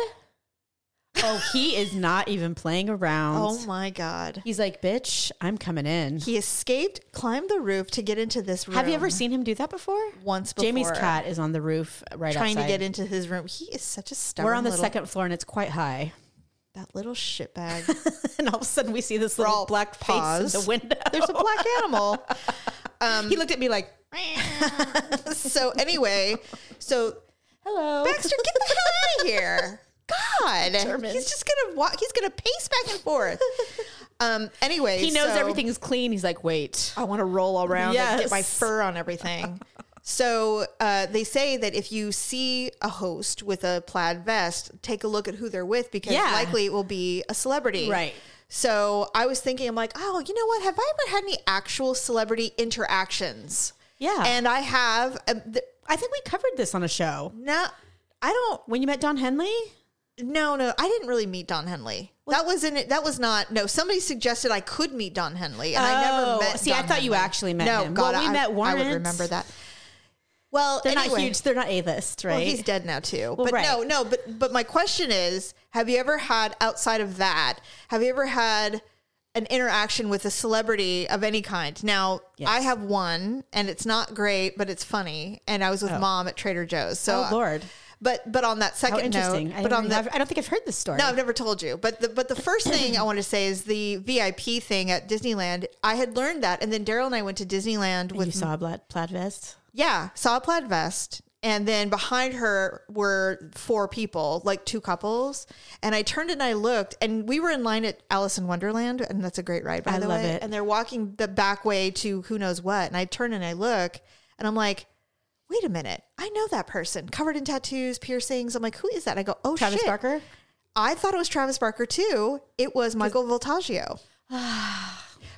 [SPEAKER 2] Oh, he is not even playing around.
[SPEAKER 1] Oh my god.
[SPEAKER 2] He's like, bitch, I'm coming in.
[SPEAKER 1] He escaped, climbed the roof to get into this room.
[SPEAKER 2] Have you ever seen him do that before?
[SPEAKER 1] once before
[SPEAKER 2] Jamie's cat is on the roof right
[SPEAKER 1] trying to
[SPEAKER 2] outside.
[SPEAKER 1] get into his room? He is such a stubborn.
[SPEAKER 2] We're on the
[SPEAKER 1] little,
[SPEAKER 2] second floor and it's quite high. <laughs>
[SPEAKER 1] That little shitbag.
[SPEAKER 2] and all of a sudden we see this little
[SPEAKER 1] all
[SPEAKER 2] black face in
[SPEAKER 1] paused. Um,
[SPEAKER 2] the window.
[SPEAKER 1] There's a black
[SPEAKER 2] <laughs>
[SPEAKER 1] animal.
[SPEAKER 2] he looked at me like,
[SPEAKER 1] So anyway, so
[SPEAKER 2] hello.
[SPEAKER 1] Baxter, get the hell out of here. <laughs> God,
[SPEAKER 2] Determined.
[SPEAKER 1] he's just gonna walk. He's gonna pace back and
[SPEAKER 2] <laughs>
[SPEAKER 1] forth. Um. Anyway,
[SPEAKER 2] He knows
[SPEAKER 1] so-
[SPEAKER 2] everything's clean. He's like, wait.
[SPEAKER 1] I want to roll around and get my
[SPEAKER 2] Yes.
[SPEAKER 1] fur on
[SPEAKER 2] <laughs>
[SPEAKER 1] everything. so uh, they say that if you see a host with a plaid vest, take a look at who they're with because
[SPEAKER 2] Yeah.
[SPEAKER 1] likely it will be a celebrity.
[SPEAKER 2] Right.
[SPEAKER 1] So I was thinking, I'm like, oh, you know what? Have I ever had any actual celebrity interactions?
[SPEAKER 2] Yeah.
[SPEAKER 1] And I have. Um, th-
[SPEAKER 2] I think we covered this on a show.
[SPEAKER 1] no, I don't.
[SPEAKER 2] When you met Don Henley?
[SPEAKER 1] No, no, I didn't really meet Don Henley. that wasn't. it- That was not. No, somebody suggested I could meet Don Henley, and I
[SPEAKER 2] Oh,
[SPEAKER 1] never met.
[SPEAKER 2] see, I
[SPEAKER 1] Don
[SPEAKER 2] thought you
[SPEAKER 1] Henley.
[SPEAKER 2] actually met
[SPEAKER 1] no,
[SPEAKER 2] him.
[SPEAKER 1] God,
[SPEAKER 2] Well, we
[SPEAKER 1] I,
[SPEAKER 2] met
[SPEAKER 1] I would
[SPEAKER 2] Warrant.
[SPEAKER 1] remember that. Well,
[SPEAKER 2] They're not
[SPEAKER 1] anyway.
[SPEAKER 2] huge. They're not A-list, right?
[SPEAKER 1] Well, he's dead now too. but
[SPEAKER 2] right.
[SPEAKER 1] no, no, but but my question is, have you ever had outside of that? Have you ever had an interaction with a celebrity of any kind? Now, I have one and it's not great, but it's funny, and I was with mom at Trader Joe's. So
[SPEAKER 2] oh, Lord.
[SPEAKER 1] But but on that
[SPEAKER 2] How
[SPEAKER 1] second
[SPEAKER 2] interesting.
[SPEAKER 1] note,
[SPEAKER 2] I,
[SPEAKER 1] but
[SPEAKER 2] don't
[SPEAKER 1] on
[SPEAKER 2] even
[SPEAKER 1] that
[SPEAKER 2] have- I don't think I've heard this story.
[SPEAKER 1] no, I've never told you. But the but the first thing I want to say is the VIP thing at Disneyland. I had learned that, and then Daryl and I went to Disneyland
[SPEAKER 2] you
[SPEAKER 1] with
[SPEAKER 2] saw a plaid, plaid vest?
[SPEAKER 1] yeah, saw a plaid vest. And then behind her were four people, like two couples. And I turned and I looked, and we were in line at Alice in Wonderland, and that's a great ride, by
[SPEAKER 2] I
[SPEAKER 1] the
[SPEAKER 2] love
[SPEAKER 1] way.
[SPEAKER 2] it.
[SPEAKER 1] And they're walking the back way to who knows what. And I turn and I look, and I'm like, wait a minute, I know that person, covered in tattoos, piercings. I'm like, who is that? I go, oh
[SPEAKER 2] Travis
[SPEAKER 1] shit,
[SPEAKER 2] Barker?
[SPEAKER 1] I thought it was Travis Barker too. It was Michael Voltaggio.
[SPEAKER 2] <sighs>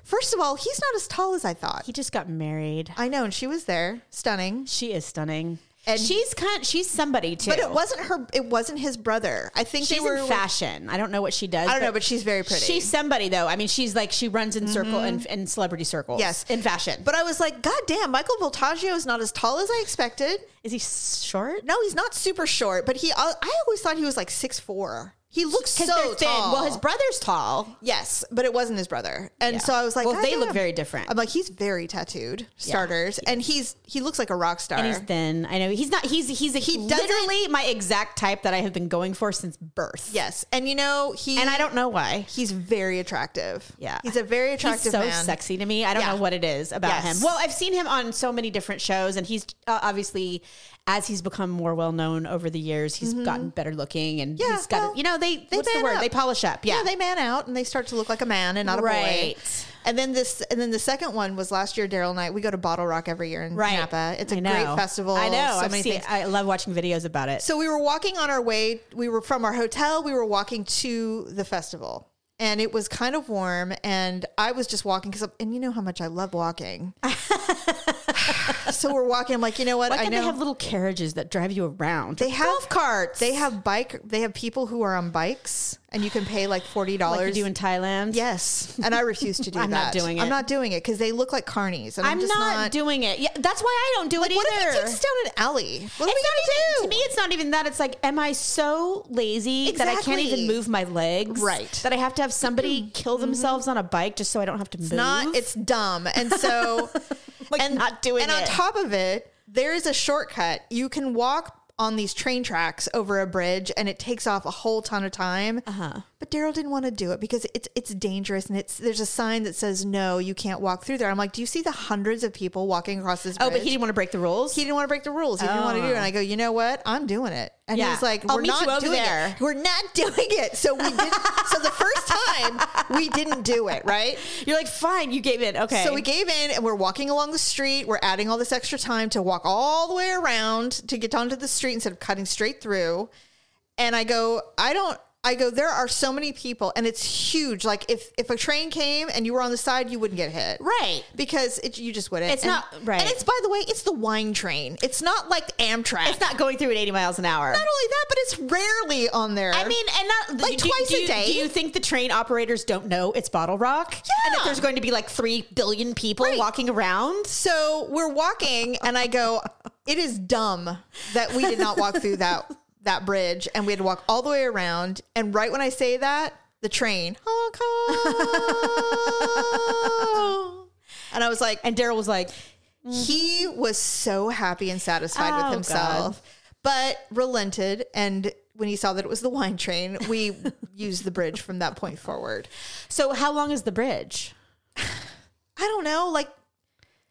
[SPEAKER 1] First of all, he's not as tall as I thought.
[SPEAKER 2] He just got married.
[SPEAKER 1] I know, and she was there, stunning.
[SPEAKER 2] She is stunning.
[SPEAKER 1] And-
[SPEAKER 2] she's kind she's somebody too.
[SPEAKER 1] But it wasn't her. It wasn't his brother. I think
[SPEAKER 2] she's
[SPEAKER 1] they were.
[SPEAKER 2] in fashion. I don't know what she does.
[SPEAKER 1] I don't know, but she's very pretty. Mm-hmm.
[SPEAKER 2] She's somebody though. I mean, she's like she runs in circle and in, celebrity circles.
[SPEAKER 1] Yes.
[SPEAKER 2] in fashion.
[SPEAKER 1] but I was like, God damn, Michael Voltaggio is not as tall as I expected.
[SPEAKER 2] is he s- short?
[SPEAKER 1] No, he's not super short, but he. uh, I, I always thought he was like six four. He looks so
[SPEAKER 2] they're thin.
[SPEAKER 1] tall.
[SPEAKER 2] Well, his brother's tall.
[SPEAKER 1] yes, but it wasn't his brother, and
[SPEAKER 2] Yeah.
[SPEAKER 1] so I was like,
[SPEAKER 2] Well,
[SPEAKER 1] God
[SPEAKER 2] they look
[SPEAKER 1] damn.
[SPEAKER 2] very different.
[SPEAKER 1] I'm like, he's very tattooed, starters, and he's he looks like a rock star.
[SPEAKER 2] And he's thin. I know he's not. He's he's a, he
[SPEAKER 1] doesn't-
[SPEAKER 2] literally my exact type that I have been going for since birth.
[SPEAKER 1] yes, and you know he
[SPEAKER 2] and I don't know why.
[SPEAKER 1] He's very attractive.
[SPEAKER 2] Yeah.
[SPEAKER 1] he's a very attractive
[SPEAKER 2] He's so
[SPEAKER 1] man.
[SPEAKER 2] sexy to me. I don't
[SPEAKER 1] Yeah.
[SPEAKER 2] know what it is about
[SPEAKER 1] Yes.
[SPEAKER 2] him. Well, I've seen him on so many different shows, and he's uh, obviously as he's become more well known over the years, he's gotten better looking, and
[SPEAKER 1] Mm-hmm. Yeah,
[SPEAKER 2] he's got
[SPEAKER 1] well,
[SPEAKER 2] you know they they what's the
[SPEAKER 1] man
[SPEAKER 2] word
[SPEAKER 1] up.
[SPEAKER 2] they polish up. Yeah,
[SPEAKER 1] yeah. they man out and they start to look like a man and not a
[SPEAKER 2] Right.
[SPEAKER 1] boy. And then this, and then the second one was last year. Daryl and I, we go to Bottle Rock every year in
[SPEAKER 2] right.
[SPEAKER 1] Napa. It's a
[SPEAKER 2] I know.
[SPEAKER 1] great festival.
[SPEAKER 2] I know.
[SPEAKER 1] So
[SPEAKER 2] I've
[SPEAKER 1] many
[SPEAKER 2] seen-
[SPEAKER 1] things.
[SPEAKER 2] I love watching videos about it.
[SPEAKER 1] So we were walking on our way. We were from our hotel. We were walking to the festival, and it was kind of warm. And I was just walking because, and you know how much I love
[SPEAKER 2] <laughs>
[SPEAKER 1] walking. so we're walking. I'm like, you know what?
[SPEAKER 2] Why
[SPEAKER 1] I
[SPEAKER 2] can't
[SPEAKER 1] know
[SPEAKER 2] they have little carriages that drive you around?
[SPEAKER 1] They have-
[SPEAKER 2] golf carts.
[SPEAKER 1] they have bike. They have people who are on bikes, and you can pay like forty dollars.
[SPEAKER 2] like you do in Thailand.
[SPEAKER 1] Yes, and I refuse to do
[SPEAKER 2] <laughs> I'm not
[SPEAKER 1] that.
[SPEAKER 2] doing it.
[SPEAKER 1] I'm not doing it because they look like carnies, and I'm,
[SPEAKER 2] I'm
[SPEAKER 1] just
[SPEAKER 2] not,
[SPEAKER 1] not.
[SPEAKER 2] doing it. Yeah, that's why I don't do it
[SPEAKER 1] what
[SPEAKER 2] either.
[SPEAKER 1] if he takes us down an alley? What are
[SPEAKER 2] It's
[SPEAKER 1] we
[SPEAKER 2] not even-
[SPEAKER 1] gonna do?
[SPEAKER 2] To me, it's not even that. It's like, am I so lazy that I can't
[SPEAKER 1] Exactly.
[SPEAKER 2] even move my legs?
[SPEAKER 1] Right.
[SPEAKER 2] That I have to have somebody kill themselves on a bike just so I don't have to move.
[SPEAKER 1] not. It's dumb, and so
[SPEAKER 2] <laughs> Like, not doing
[SPEAKER 1] And on
[SPEAKER 2] it.
[SPEAKER 1] top of it, there is a shortcut. You can walk on these train tracks over a bridge and it takes off a whole ton of time.
[SPEAKER 2] Uh-huh.
[SPEAKER 1] But Daryl didn't want to do it because it's it's dangerous and it's there's a sign that says no, you can't walk through there. I'm like, do you see the hundreds of people walking across this? Bridge?
[SPEAKER 2] Oh, but he didn't want to break the rules.
[SPEAKER 1] he didn't want to break the rules. He didn't want to do it. And I go, you know what? I'm doing it. And
[SPEAKER 2] Yeah.
[SPEAKER 1] he was like,
[SPEAKER 2] I'll
[SPEAKER 1] we're
[SPEAKER 2] meet you
[SPEAKER 1] not
[SPEAKER 2] over
[SPEAKER 1] doing
[SPEAKER 2] there.
[SPEAKER 1] it. We're not <laughs> doing it. So we did. so the first time we didn't do it. Right.
[SPEAKER 2] You're like, fine, you gave in. Okay.
[SPEAKER 1] So we gave in and we're walking along the street. We're adding all this extra time to walk all the way around to get onto the street instead of cutting straight through. And I go, I don't I go, there are so many people and it's huge. Like if if a train came and you were on the side, you wouldn't get hit.
[SPEAKER 2] right.
[SPEAKER 1] Because it, you just wouldn't.
[SPEAKER 2] It's
[SPEAKER 1] And-
[SPEAKER 2] not- right.
[SPEAKER 1] And it's by the way, it's the wine train. It's not like Amtrak.
[SPEAKER 2] It's not going through at 80 miles an hour.
[SPEAKER 1] not only that, but it's rarely on there.
[SPEAKER 2] I mean, and not
[SPEAKER 1] Like
[SPEAKER 2] do-
[SPEAKER 1] twice
[SPEAKER 2] do
[SPEAKER 1] a
[SPEAKER 2] you-
[SPEAKER 1] day.
[SPEAKER 2] Do you think the train operators don't know it's Bottle Rock? Yeah. And that there's going to be like three billion people walking around.
[SPEAKER 1] So we're walking, and I go, "It is dumb that we did not walk through that that bridge, and we had to walk all the way around." And right when I say that, the train, Hong Kong, and I was like,
[SPEAKER 2] And Daryl was like,
[SPEAKER 1] he was so happy and satisfied
[SPEAKER 2] Oh,
[SPEAKER 1] with himself, but relented and. When he saw that it was the wine train, we used the bridge from that point forward.
[SPEAKER 2] "So how long is the bridge?
[SPEAKER 1] I don't know, like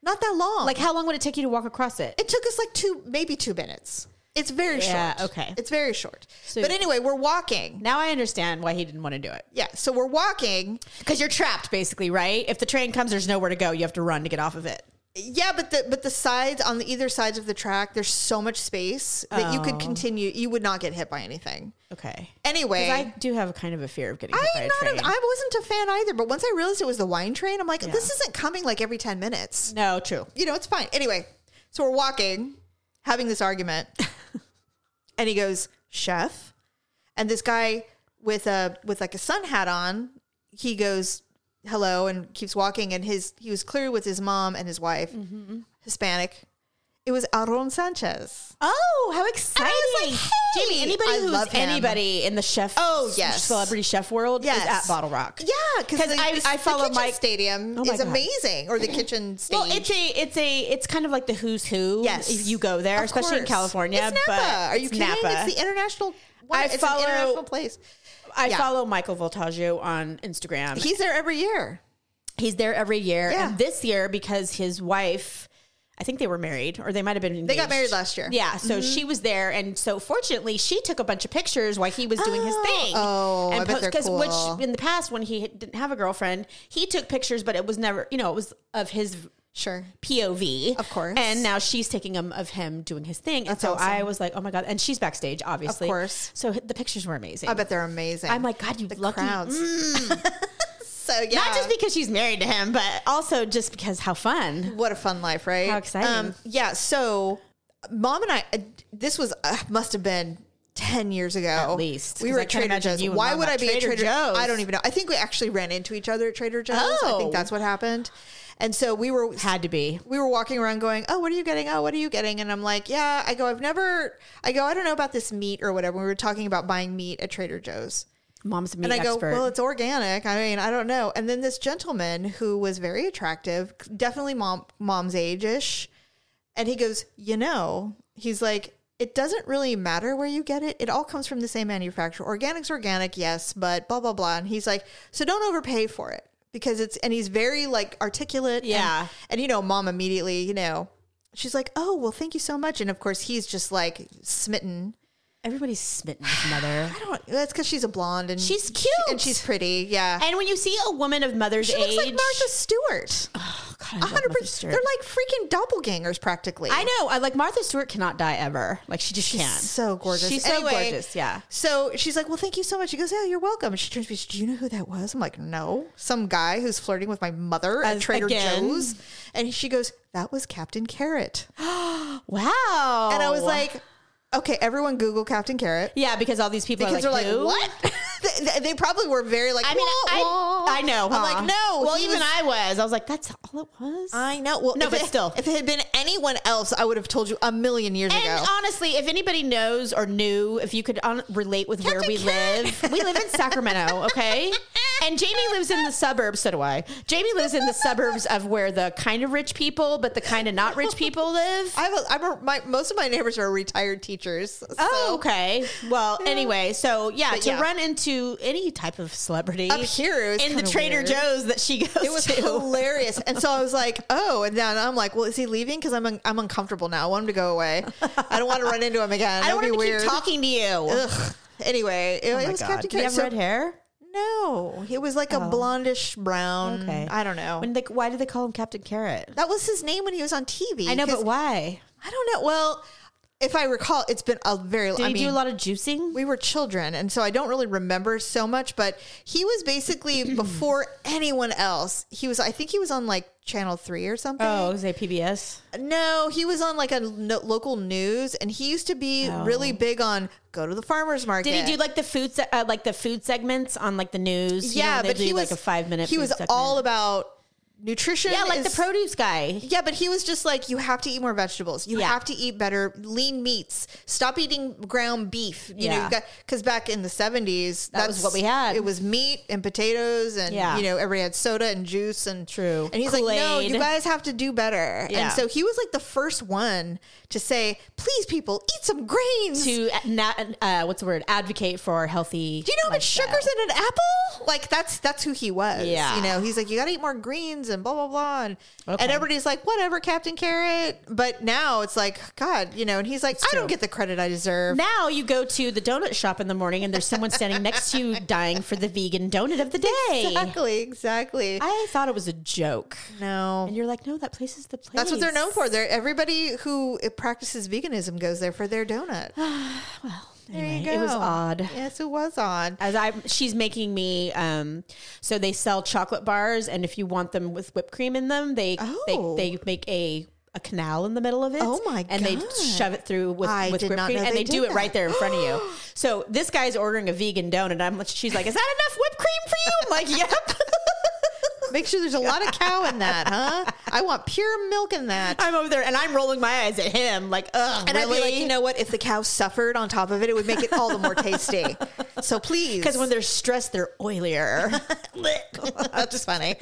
[SPEAKER 1] not that long.
[SPEAKER 2] Like how long would it take you to walk across it?"
[SPEAKER 1] It took us like two, maybe two minutes. It's very
[SPEAKER 2] Yeah,
[SPEAKER 1] short.
[SPEAKER 2] okay.
[SPEAKER 1] It's very short. but anyway, we're walking.
[SPEAKER 2] Now I understand why he didn't want to do it.
[SPEAKER 1] Yeah. So we're walking.
[SPEAKER 2] Because you're trapped, basically, right? If the train comes, there's nowhere to go. You have to run to get off of it.
[SPEAKER 1] Yeah, but the but the sides on the either sides of the track, there's so much space that you
[SPEAKER 2] Oh.
[SPEAKER 1] could continue. You would not get hit by anything.
[SPEAKER 2] Okay. 'Cause
[SPEAKER 1] Anyway,
[SPEAKER 2] I do have kind of a fear of getting hit by
[SPEAKER 1] I'm
[SPEAKER 2] a
[SPEAKER 1] not.
[SPEAKER 2] train.
[SPEAKER 1] A, I wasn't a fan either. But once I realized it was the wine train, I'm like, this isn't coming like every ten minutes.
[SPEAKER 2] no, true.
[SPEAKER 1] you know, it's fine. Anyway, so we're walking, having this <laughs> argument, and he goes, "Chef," and this guy with a with like a sun hat on, he goes, "Hello," and keeps walking. And his he was clear with his mom and his wife, Hispanic. It was Aaron Sanchez.
[SPEAKER 2] Oh, how exciting!
[SPEAKER 1] like, hey,
[SPEAKER 2] Jamie, anybody
[SPEAKER 1] I
[SPEAKER 2] who's
[SPEAKER 1] love him.
[SPEAKER 2] anybody in the chef,
[SPEAKER 1] Oh, yes.
[SPEAKER 2] celebrity chef world is
[SPEAKER 1] Yes.
[SPEAKER 2] at Bottle Rock.
[SPEAKER 1] Yeah, because
[SPEAKER 2] 'Cause I- I follow
[SPEAKER 1] the
[SPEAKER 2] Mike-
[SPEAKER 1] Kitchen Stadium
[SPEAKER 2] Oh my
[SPEAKER 1] is
[SPEAKER 2] God.
[SPEAKER 1] amazing, or the kitchen stage.
[SPEAKER 2] Well, it's a it's a it's kind of like the who's who.
[SPEAKER 1] Yes.
[SPEAKER 2] if you go there,
[SPEAKER 1] Of
[SPEAKER 2] especially in
[SPEAKER 1] course.
[SPEAKER 2] California.
[SPEAKER 1] It's Napa.
[SPEAKER 2] But
[SPEAKER 1] Are you
[SPEAKER 2] it's
[SPEAKER 1] kidding?
[SPEAKER 2] Napa.
[SPEAKER 1] It's the international.
[SPEAKER 2] I
[SPEAKER 1] it's an
[SPEAKER 2] follow-
[SPEAKER 1] international place.
[SPEAKER 2] I
[SPEAKER 1] yeah.
[SPEAKER 2] follow Michael Voltaggio on Instagram.
[SPEAKER 1] He's there every year.
[SPEAKER 2] He's there every year.
[SPEAKER 1] Yeah.
[SPEAKER 2] And this year, because his wife, I think they were married or they might have been engaged.
[SPEAKER 1] They got married last year. Mm-hmm.
[SPEAKER 2] Yeah. So she was there. And so fortunately, she took a bunch of pictures while he was doing his
[SPEAKER 1] Oh.
[SPEAKER 2] thing.
[SPEAKER 1] Oh, I
[SPEAKER 2] and
[SPEAKER 1] bet they're cool.
[SPEAKER 2] Which in the past, when he didn't have a girlfriend, he took pictures, but it was never, you know, it was of his
[SPEAKER 1] Sure.
[SPEAKER 2] POV.
[SPEAKER 1] Of course.
[SPEAKER 2] And now she's taking them of him doing his thing. And so I was like, oh my God. And she's backstage, obviously.
[SPEAKER 1] course.
[SPEAKER 2] So the pictures were amazing.
[SPEAKER 1] I bet they're amazing.
[SPEAKER 2] I'm like, God, you lucky. Mm.
[SPEAKER 1] crowds. <laughs> so yeah,
[SPEAKER 2] Not just because she's married to him, but also just because how fun.
[SPEAKER 1] what a fun life, right? Um,
[SPEAKER 2] How exciting.
[SPEAKER 1] yeah. So, mom and I, uh, this was uh, must have been. 10 years ago at
[SPEAKER 2] least,
[SPEAKER 1] we
[SPEAKER 2] 'cause
[SPEAKER 1] were
[SPEAKER 2] I
[SPEAKER 1] at
[SPEAKER 2] can't
[SPEAKER 1] trader
[SPEAKER 2] imagine
[SPEAKER 1] joe's
[SPEAKER 2] you and
[SPEAKER 1] why
[SPEAKER 2] Mom
[SPEAKER 1] would
[SPEAKER 2] at
[SPEAKER 1] i be at
[SPEAKER 2] Trader
[SPEAKER 1] trader joe's
[SPEAKER 2] Joe's?
[SPEAKER 1] i don't even know i think we actually ran into each other at trader joe's i
[SPEAKER 2] Oh.
[SPEAKER 1] think that's what happened and so we were
[SPEAKER 2] Had to be.
[SPEAKER 1] we were walking around going, Oh, what are you getting? Oh, what are you getting? And I'm like, Yeah, I go, I've never, I go, I don't know about this meat or whatever. We were talking about buying meat at Trader Joe's.
[SPEAKER 2] Mom's a meat
[SPEAKER 1] And I go,
[SPEAKER 2] expert.
[SPEAKER 1] Well, it's organic. I mean, I don't know. And then this gentleman who was very attractive, definitely mom, mom's age ish. And he goes, You know, he's like, it doesn't really matter where you get it. It all comes from the same manufacturer. Organic's organic, yes, but blah, blah, blah. And he's like, So don't overpay for it because it's, and he's very like articulate. and-
[SPEAKER 2] Yeah.
[SPEAKER 1] and you know, mom immediately, you know, she's like, Oh, well, thank you so much. And of course, he's just like smitten.
[SPEAKER 2] Everybody's smitten with mother.
[SPEAKER 1] I don't, that's because she's a blonde and
[SPEAKER 2] <sighs> She's
[SPEAKER 1] she-
[SPEAKER 2] cute.
[SPEAKER 1] and she's pretty. Yeah.
[SPEAKER 2] And when you see a woman of mother's
[SPEAKER 1] She
[SPEAKER 2] age,
[SPEAKER 1] looks like Martha Stewart.
[SPEAKER 2] Oh, <sighs> God, I love
[SPEAKER 1] hundred
[SPEAKER 2] Martha
[SPEAKER 1] percent.
[SPEAKER 2] Stewart.
[SPEAKER 1] They're like freaking doppelgangers, practically.
[SPEAKER 2] I know. I like Martha Stewart cannot die ever. Like she just can't.
[SPEAKER 1] so gorgeous.
[SPEAKER 2] She's so
[SPEAKER 1] Anyway,
[SPEAKER 2] gorgeous. Yeah.
[SPEAKER 1] So she's like, "Well, thank you so much." She goes, "Yeah, you're welcome." And she turns to me, she says, "Do you know who that was?" I'm like, "No, some guy who's flirting with my mother at
[SPEAKER 2] As-
[SPEAKER 1] Trader
[SPEAKER 2] again.
[SPEAKER 1] Joe's." And she goes, "That was Captain Carrot."
[SPEAKER 2] Wow.
[SPEAKER 1] And I was like, "Okay, everyone, Google Captain Carrot
[SPEAKER 2] yeah, because all these people
[SPEAKER 1] because
[SPEAKER 2] are like,
[SPEAKER 1] they're like,
[SPEAKER 2] who?
[SPEAKER 1] what?" <laughs> they, they probably were very like.
[SPEAKER 2] I mean,
[SPEAKER 1] "Wah,
[SPEAKER 2] I,
[SPEAKER 1] wah."
[SPEAKER 2] I know.
[SPEAKER 1] I'm like,
[SPEAKER 2] huh?
[SPEAKER 1] no,
[SPEAKER 2] Well,
[SPEAKER 1] he
[SPEAKER 2] even
[SPEAKER 1] was-
[SPEAKER 2] I was. I was like, that's all it was.
[SPEAKER 1] I know. Well,
[SPEAKER 2] No,
[SPEAKER 1] if
[SPEAKER 2] but
[SPEAKER 1] it-
[SPEAKER 2] still.
[SPEAKER 1] if it had been anyone else, I would have told you a million years
[SPEAKER 2] and uh,
[SPEAKER 1] ago.
[SPEAKER 2] honestly, if anybody knows or knew, if you could on, relate with where
[SPEAKER 1] <laughs>
[SPEAKER 2] we live, we live in Sacramento, okay? And Jamie lives in the suburbs, so do I. Jamie lives in the suburbs of where the kind of rich people, but the kind of not rich people live.
[SPEAKER 1] <laughs> I have a, I'm a, my, most of my neighbors are retired teachers. So.
[SPEAKER 2] Oh, okay. Well, anyway, so yeah, to
[SPEAKER 1] yeah.
[SPEAKER 2] run into any type of celebrity
[SPEAKER 1] Up here, it was
[SPEAKER 2] in the
[SPEAKER 1] kinda
[SPEAKER 2] Trader
[SPEAKER 1] weird.
[SPEAKER 2] Joe's that she goes
[SPEAKER 1] It was
[SPEAKER 2] to.
[SPEAKER 1] hilarious. And so I was <laughs> like, oh, and then I'm like, well, is he leaving? Because I'm, un- I'm uncomfortable now. I want him to go away. I don't want to run into him <laughs> again.
[SPEAKER 2] I don't want
[SPEAKER 1] That'd
[SPEAKER 2] him
[SPEAKER 1] be
[SPEAKER 2] to
[SPEAKER 1] weird.
[SPEAKER 2] keep talking to you. Oh
[SPEAKER 1] Ugh. Anyway, it, it was Captain
[SPEAKER 2] Do Oh you
[SPEAKER 1] Kirk.
[SPEAKER 2] have
[SPEAKER 1] So-
[SPEAKER 2] red hair?
[SPEAKER 1] No, he was like a blondish brown.
[SPEAKER 2] Oh. Okay.
[SPEAKER 1] Mm, I don't know.
[SPEAKER 2] When they, why do they call him Captain Carrot?
[SPEAKER 1] that was his name when he was on TV.
[SPEAKER 2] I know,
[SPEAKER 1] 'cause-
[SPEAKER 2] but why?
[SPEAKER 1] I don't know. Well, if I recall, it's been a very.
[SPEAKER 2] Do
[SPEAKER 1] I
[SPEAKER 2] you
[SPEAKER 1] mean,
[SPEAKER 2] do a lot of juicing?
[SPEAKER 1] we were children, and so I don't really remember so much. But he was
[SPEAKER 2] <clears throat>
[SPEAKER 1] basically before anyone else. He was. I think he was on like Channel Three or something.
[SPEAKER 2] Oh, is it PBS?
[SPEAKER 1] No, he was on like a no- local news, and he used to be
[SPEAKER 2] Oh.
[SPEAKER 1] really big on go to the farmers market.
[SPEAKER 2] Did he do like the food, se- uh, like the food segments on like the news? You know,
[SPEAKER 1] yeah,
[SPEAKER 2] they
[SPEAKER 1] but
[SPEAKER 2] do,
[SPEAKER 1] he was
[SPEAKER 2] like a five minute.
[SPEAKER 1] He
[SPEAKER 2] food
[SPEAKER 1] was
[SPEAKER 2] segment.
[SPEAKER 1] all about nutrition.
[SPEAKER 2] yeah, like
[SPEAKER 1] is-
[SPEAKER 2] the produce guy.
[SPEAKER 1] Yeah, but he was just like, you have to eat more vegetables. You
[SPEAKER 2] Yeah.
[SPEAKER 1] have to eat better lean meats. Stop eating ground beef. You
[SPEAKER 2] Yeah.
[SPEAKER 1] know, because back in the seventies,
[SPEAKER 2] That was what we had.
[SPEAKER 1] It was meat and potatoes, and
[SPEAKER 2] Yeah.
[SPEAKER 1] you know, everybody had soda and juice and
[SPEAKER 2] True.
[SPEAKER 1] And he's like, no,
[SPEAKER 2] Kool-Aid.
[SPEAKER 1] you guys have to do better.
[SPEAKER 2] Yeah.
[SPEAKER 1] And so he was like the first one to say, please, people, eat some grains.
[SPEAKER 2] To uh, na- uh, what's the word? Advocate for healthy.
[SPEAKER 1] do you know how much sugar's in an apple? Like that's that's who he was.
[SPEAKER 2] Yeah.
[SPEAKER 1] You know, he's like, You gotta eat more greens and blah blah blah. And
[SPEAKER 2] Okay.
[SPEAKER 1] and everybody's like, Whatever, Captain Carrot. But now it's like, God, you know, and he's like, I
[SPEAKER 2] true.
[SPEAKER 1] don't get the credit I deserve.
[SPEAKER 2] Now you go to the donut shop in the morning and there's someone standing next to
[SPEAKER 1] <laughs>
[SPEAKER 2] you dying for the vegan donut of the day.
[SPEAKER 1] Exactly, exactly.
[SPEAKER 2] I thought it was a joke. And
[SPEAKER 1] no.
[SPEAKER 2] you're like, no, that place is the place.
[SPEAKER 1] That's what they're known for. They're everybody who practices veganism goes there for their
[SPEAKER 2] <sighs>
[SPEAKER 1] donut.
[SPEAKER 2] Anyway,
[SPEAKER 1] There you
[SPEAKER 2] It was
[SPEAKER 1] go.
[SPEAKER 2] odd.
[SPEAKER 1] Yes, it was odd.
[SPEAKER 2] As I, she's making me. Um, so they sell chocolate bars, and if you want them with whipped cream in them, they
[SPEAKER 1] Oh.
[SPEAKER 2] they, they make a a canal in the middle of it.
[SPEAKER 1] Oh my
[SPEAKER 2] And they
[SPEAKER 1] God.
[SPEAKER 2] shove it through with,
[SPEAKER 1] I
[SPEAKER 2] with
[SPEAKER 1] did
[SPEAKER 2] whipped
[SPEAKER 1] not
[SPEAKER 2] cream,
[SPEAKER 1] know
[SPEAKER 2] and
[SPEAKER 1] they
[SPEAKER 2] they do
[SPEAKER 1] did
[SPEAKER 2] it right
[SPEAKER 1] that.
[SPEAKER 2] there in front of
[SPEAKER 1] <gasps>
[SPEAKER 2] you. So this guy's ordering a vegan donut. I'm, she's like, "Is that enough whipped cream for you?" I'm like, "Yep."
[SPEAKER 1] <laughs> Make sure there's a lot of cow in that, huh? I want pure milk in that.
[SPEAKER 2] I'm over there, and I'm rolling my eyes at him, like, "Ugh,
[SPEAKER 1] And
[SPEAKER 2] really?"
[SPEAKER 1] I'd be like, you know what? If the cow suffered on top of it, it would make it all the more tasty. So please,
[SPEAKER 2] because when they're stressed, they're
[SPEAKER 1] <laughs>
[SPEAKER 2] oilier.
[SPEAKER 1] that's just funny.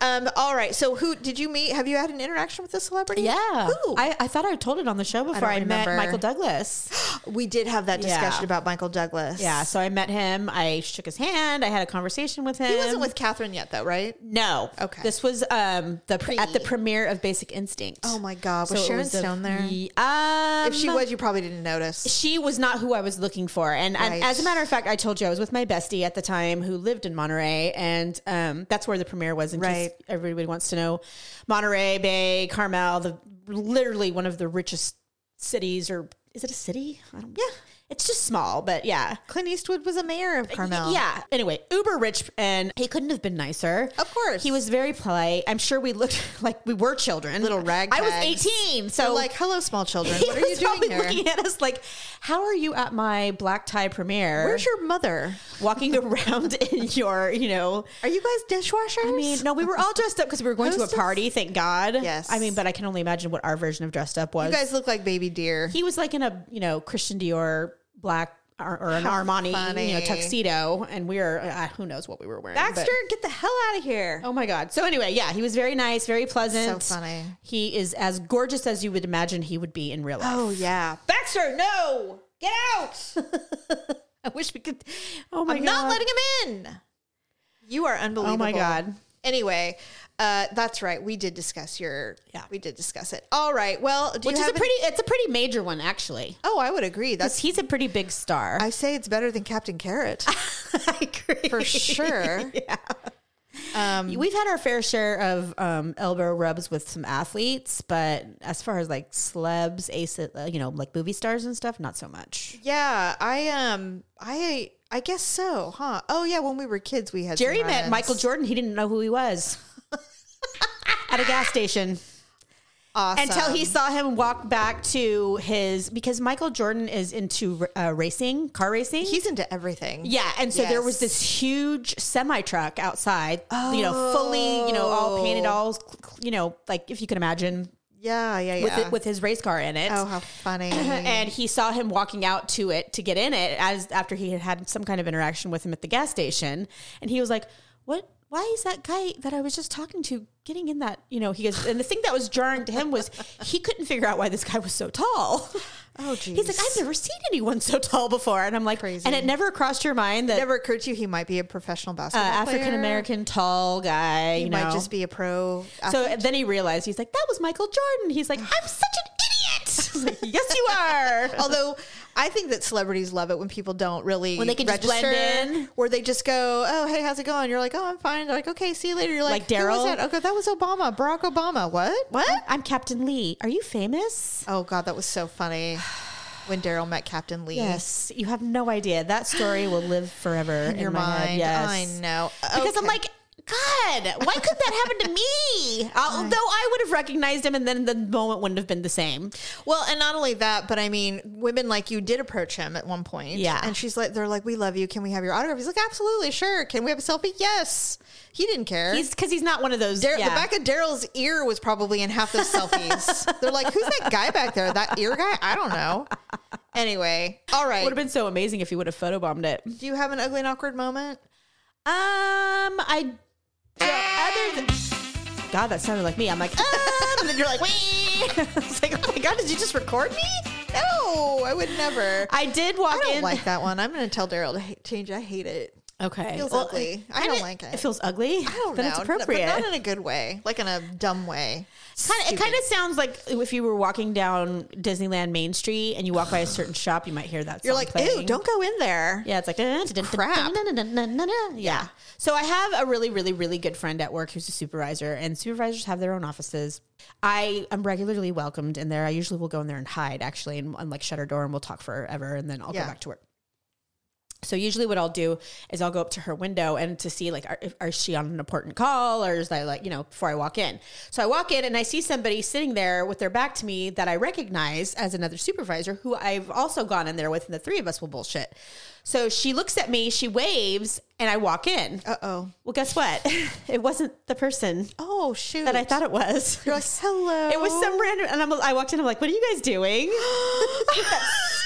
[SPEAKER 1] Um, all right. So who did you meet? Have you had an interaction with a celebrity?
[SPEAKER 2] Yeah,
[SPEAKER 1] Who?
[SPEAKER 2] I, I thought I told it on the show before I, met
[SPEAKER 1] remember.
[SPEAKER 2] Michael Douglas.
[SPEAKER 1] <gasps> we did have that discussion
[SPEAKER 2] Yeah.
[SPEAKER 1] about Michael Douglas.
[SPEAKER 2] Yeah, so I met him. I shook his hand. I had a conversation with him.
[SPEAKER 1] He wasn't with Catherine yet, though, right?
[SPEAKER 2] No.
[SPEAKER 1] Okay.
[SPEAKER 2] This was um the
[SPEAKER 1] Pre.
[SPEAKER 2] at the premiere of Basic Instinct.
[SPEAKER 1] Oh my God, was
[SPEAKER 2] it
[SPEAKER 1] Sharon
[SPEAKER 2] the-
[SPEAKER 1] Stone there?
[SPEAKER 2] Ye- Um,
[SPEAKER 1] If she was, you probably didn't notice.
[SPEAKER 2] she was not who I was looking for. And, and
[SPEAKER 1] Right.
[SPEAKER 2] as a matter of fact, I told you I was with my bestie at the time who lived in Monterey, and um, that's where the premiere was. In case
[SPEAKER 1] Right.
[SPEAKER 2] everybody wants to know, Monterey Bay, Carmel, the literally one of the richest cities, or is it a city? I don't.
[SPEAKER 1] Yeah.
[SPEAKER 2] It's just small, but yeah.
[SPEAKER 1] Clint Eastwood was a mayor of Carmel.
[SPEAKER 2] Yeah. Anyway, uber rich, and he couldn't have been nicer.
[SPEAKER 1] Of course.
[SPEAKER 2] He was very polite. I'm sure we looked <laughs> like we were children.
[SPEAKER 1] Little rag
[SPEAKER 2] I was
[SPEAKER 1] tags.
[SPEAKER 2] 18, so
[SPEAKER 1] So like, hello, small
[SPEAKER 2] <laughs>
[SPEAKER 1] children.
[SPEAKER 2] he
[SPEAKER 1] What are you
[SPEAKER 2] was
[SPEAKER 1] doing
[SPEAKER 2] probably
[SPEAKER 1] here?
[SPEAKER 2] looking at us like, "How are you at my black tie premiere?
[SPEAKER 1] Where's your mother?
[SPEAKER 2] <laughs> walking around in your, you know?"
[SPEAKER 1] Are you guys dishwashers?
[SPEAKER 2] I mean, no, we were all dressed up because we were going to
[SPEAKER 1] Hostess?
[SPEAKER 2] a party. Thank God.
[SPEAKER 1] Yes.
[SPEAKER 2] I mean, but I can only imagine what our version of dressed up was.
[SPEAKER 1] you guys look like baby deer.
[SPEAKER 2] he was like in a, you know, Christian Dior black. Or, or an Armani, you know,
[SPEAKER 1] funny.
[SPEAKER 2] tuxedo, and we are uh, who knows what we were wearing. but-
[SPEAKER 1] Baxter, get the hell out of here.
[SPEAKER 2] Oh my God. So anyway, yeah, he was very nice, very pleasant.
[SPEAKER 1] So funny.
[SPEAKER 2] He is as gorgeous as you would imagine he would be in real life.
[SPEAKER 1] Oh yeah, Baxter, no, get out!
[SPEAKER 2] <laughs> I wish we could. Oh my
[SPEAKER 1] I'm
[SPEAKER 2] God.
[SPEAKER 1] not letting him in. You are unbelievable.
[SPEAKER 2] Oh my God.
[SPEAKER 1] Anyway, uh, that's right. We did discuss your.
[SPEAKER 2] Yeah.
[SPEAKER 1] we did discuss it. All right. Well, do you
[SPEAKER 2] Which is a
[SPEAKER 1] have any-
[SPEAKER 2] pretty, it's a pretty major one actually.
[SPEAKER 1] oh, I would agree.
[SPEAKER 2] <laughs>
[SPEAKER 1] That's.
[SPEAKER 2] He's a pretty big star.
[SPEAKER 1] I say it's better than Captain Carrot
[SPEAKER 2] <laughs> I agree.
[SPEAKER 1] <laughs> for sure. Um,
[SPEAKER 2] We've had our fair share of um, elbow rubs with some athletes, but as far as like celebs, ace, uh, you know, like movie stars and stuff, not so much.
[SPEAKER 1] Yeah, I um, I I guess so, huh? Oh yeah, when we were kids, we had some
[SPEAKER 2] Jerry met
[SPEAKER 1] run-ins. <laughs>
[SPEAKER 2] Michael Jordan. He didn't know who he was at a gas station.
[SPEAKER 1] Awesome.
[SPEAKER 2] Until he saw him walk back to his because Michael Jordan is into uh, racing, car racing.
[SPEAKER 1] He's into everything.
[SPEAKER 2] yeah, and so there was
[SPEAKER 1] Yes.
[SPEAKER 2] this huge semi truck outside, you know, fully, you know, all
[SPEAKER 1] Oh.
[SPEAKER 2] painted, all cl- you know, like if you can imagine
[SPEAKER 1] Yeah, yeah, yeah.
[SPEAKER 2] with it, with his race car in it.
[SPEAKER 1] oh, how funny.
[SPEAKER 2] <laughs> and he saw him walking out to it to get in it as after he had had some kind of interaction with him at the gas station and he was like what why is that guy that i was just talking to getting in that you know he goes and the thing that was jarring to him was he couldn't figure out why this guy was so tall
[SPEAKER 1] oh, geez.
[SPEAKER 2] <laughs> he's like i've never seen anyone so tall before and i'm like
[SPEAKER 1] Crazy.
[SPEAKER 2] and it never crossed your mind that
[SPEAKER 1] never occurred to you he might be a professional
[SPEAKER 2] uh,
[SPEAKER 1] basketball player.
[SPEAKER 2] african american tall guy
[SPEAKER 1] He
[SPEAKER 2] you know
[SPEAKER 1] might just be a
[SPEAKER 2] <laughs>
[SPEAKER 1] pro.
[SPEAKER 2] so then he realized he's like that was michael jordan he's like i'm such an idiot <laughs> yes you are
[SPEAKER 1] Although I think that celebrities love it when people don't really
[SPEAKER 2] When they can just
[SPEAKER 1] register,
[SPEAKER 2] blend in.
[SPEAKER 1] or they just go, "Oh, hey, how's it going?" You're like, "Oh, I'm fine." They're like, "Okay, see you later." You're like,
[SPEAKER 2] Like
[SPEAKER 1] "Who was
[SPEAKER 2] Daryl?
[SPEAKER 1] that?" Okay, that was Obama, Barack Obama. What?
[SPEAKER 2] What? I'm Captain Lee. Are you famous?
[SPEAKER 1] Oh God, that was so
[SPEAKER 2] <sighs>
[SPEAKER 1] funny when Daryl met Captain Lee.
[SPEAKER 2] Yes. You have no idea. That story
[SPEAKER 1] <gasps>
[SPEAKER 2] will live forever in,
[SPEAKER 1] in your
[SPEAKER 2] my
[SPEAKER 1] mind.
[SPEAKER 2] Head. Yes.
[SPEAKER 1] I know
[SPEAKER 2] Because I'm
[SPEAKER 1] Okay.
[SPEAKER 2] like, God, why could that happen to
[SPEAKER 1] <laughs>
[SPEAKER 2] me? Although I would have recognized him, and then the moment wouldn't have been the same.
[SPEAKER 1] Well, and not only that, but I mean, women like you did approach him at one point.
[SPEAKER 2] Yeah.
[SPEAKER 1] And she's like, they're like, we love you. Can we have your autograph? He's like, absolutely, sure. Can we have a selfie? Yes. He didn't care.
[SPEAKER 2] He's because he's not one of those.
[SPEAKER 1] Dar-
[SPEAKER 2] yeah.
[SPEAKER 1] The back of Daryl's ear was probably in half those
[SPEAKER 2] <laughs>
[SPEAKER 1] selfies. they're like, who's that guy back there? That ear guy? I don't know. Anyway, all right.
[SPEAKER 2] would have been so amazing if he would have photobombed it. Um,
[SPEAKER 1] Do you have an ugly and awkward moment?
[SPEAKER 2] I. so other than, God, that sounded like me. I'm like, um,
[SPEAKER 1] <laughs>
[SPEAKER 2] <laughs> and then you're like, wee. It's like, oh my God, did you just record me?
[SPEAKER 1] No, I would never. I,
[SPEAKER 2] I did walk
[SPEAKER 1] don't
[SPEAKER 2] in.
[SPEAKER 1] like that one. I'm going to tell Daryl to hate, change. I hate it.
[SPEAKER 2] Okay.
[SPEAKER 1] Feels ugly. I
[SPEAKER 2] kinda-
[SPEAKER 1] don't like it.
[SPEAKER 2] It feels ugly.
[SPEAKER 1] I don't
[SPEAKER 2] then
[SPEAKER 1] know.
[SPEAKER 2] it's
[SPEAKER 1] but
[SPEAKER 2] appropriate.
[SPEAKER 1] not in a good way, like in a dumb way.
[SPEAKER 2] Kinda- it kind of sounds like if you were walking down Disneyland Main Street and you walk by a certain shop, you might hear that.
[SPEAKER 1] You're
[SPEAKER 2] song
[SPEAKER 1] like,
[SPEAKER 2] playing.
[SPEAKER 1] ew, don't go in there.
[SPEAKER 2] Yeah, it's like
[SPEAKER 1] crap.
[SPEAKER 2] crap. Yeah. So I have a really, really, really good friend at work who's a supervisor, and supervisors have their own offices. I am regularly welcomed in there. I usually will go in there and hide, actually, and, and like shut her door, and we'll talk forever, and then I'll
[SPEAKER 1] Yeah.
[SPEAKER 2] go back to work. So usually, what I'll do is I'll go up to her window and to see like, are, if- are she on an important call, or is I like you know before I walk in. So I walk in and I see somebody sitting there with their back to me that I recognize as another supervisor who I've also gone in there with, and the three of us will bullshit. So she looks at me, she waves, and I walk in.
[SPEAKER 1] Uh oh.
[SPEAKER 2] Well, guess what? <laughs> It wasn't the person
[SPEAKER 1] Oh shoot.
[SPEAKER 2] that I thought it was.
[SPEAKER 1] You're like, hello.
[SPEAKER 2] It was some random, and I'm, I walked in. I'm like, "What are you guys
[SPEAKER 1] <gasps>
[SPEAKER 2] doing?" <laughs> that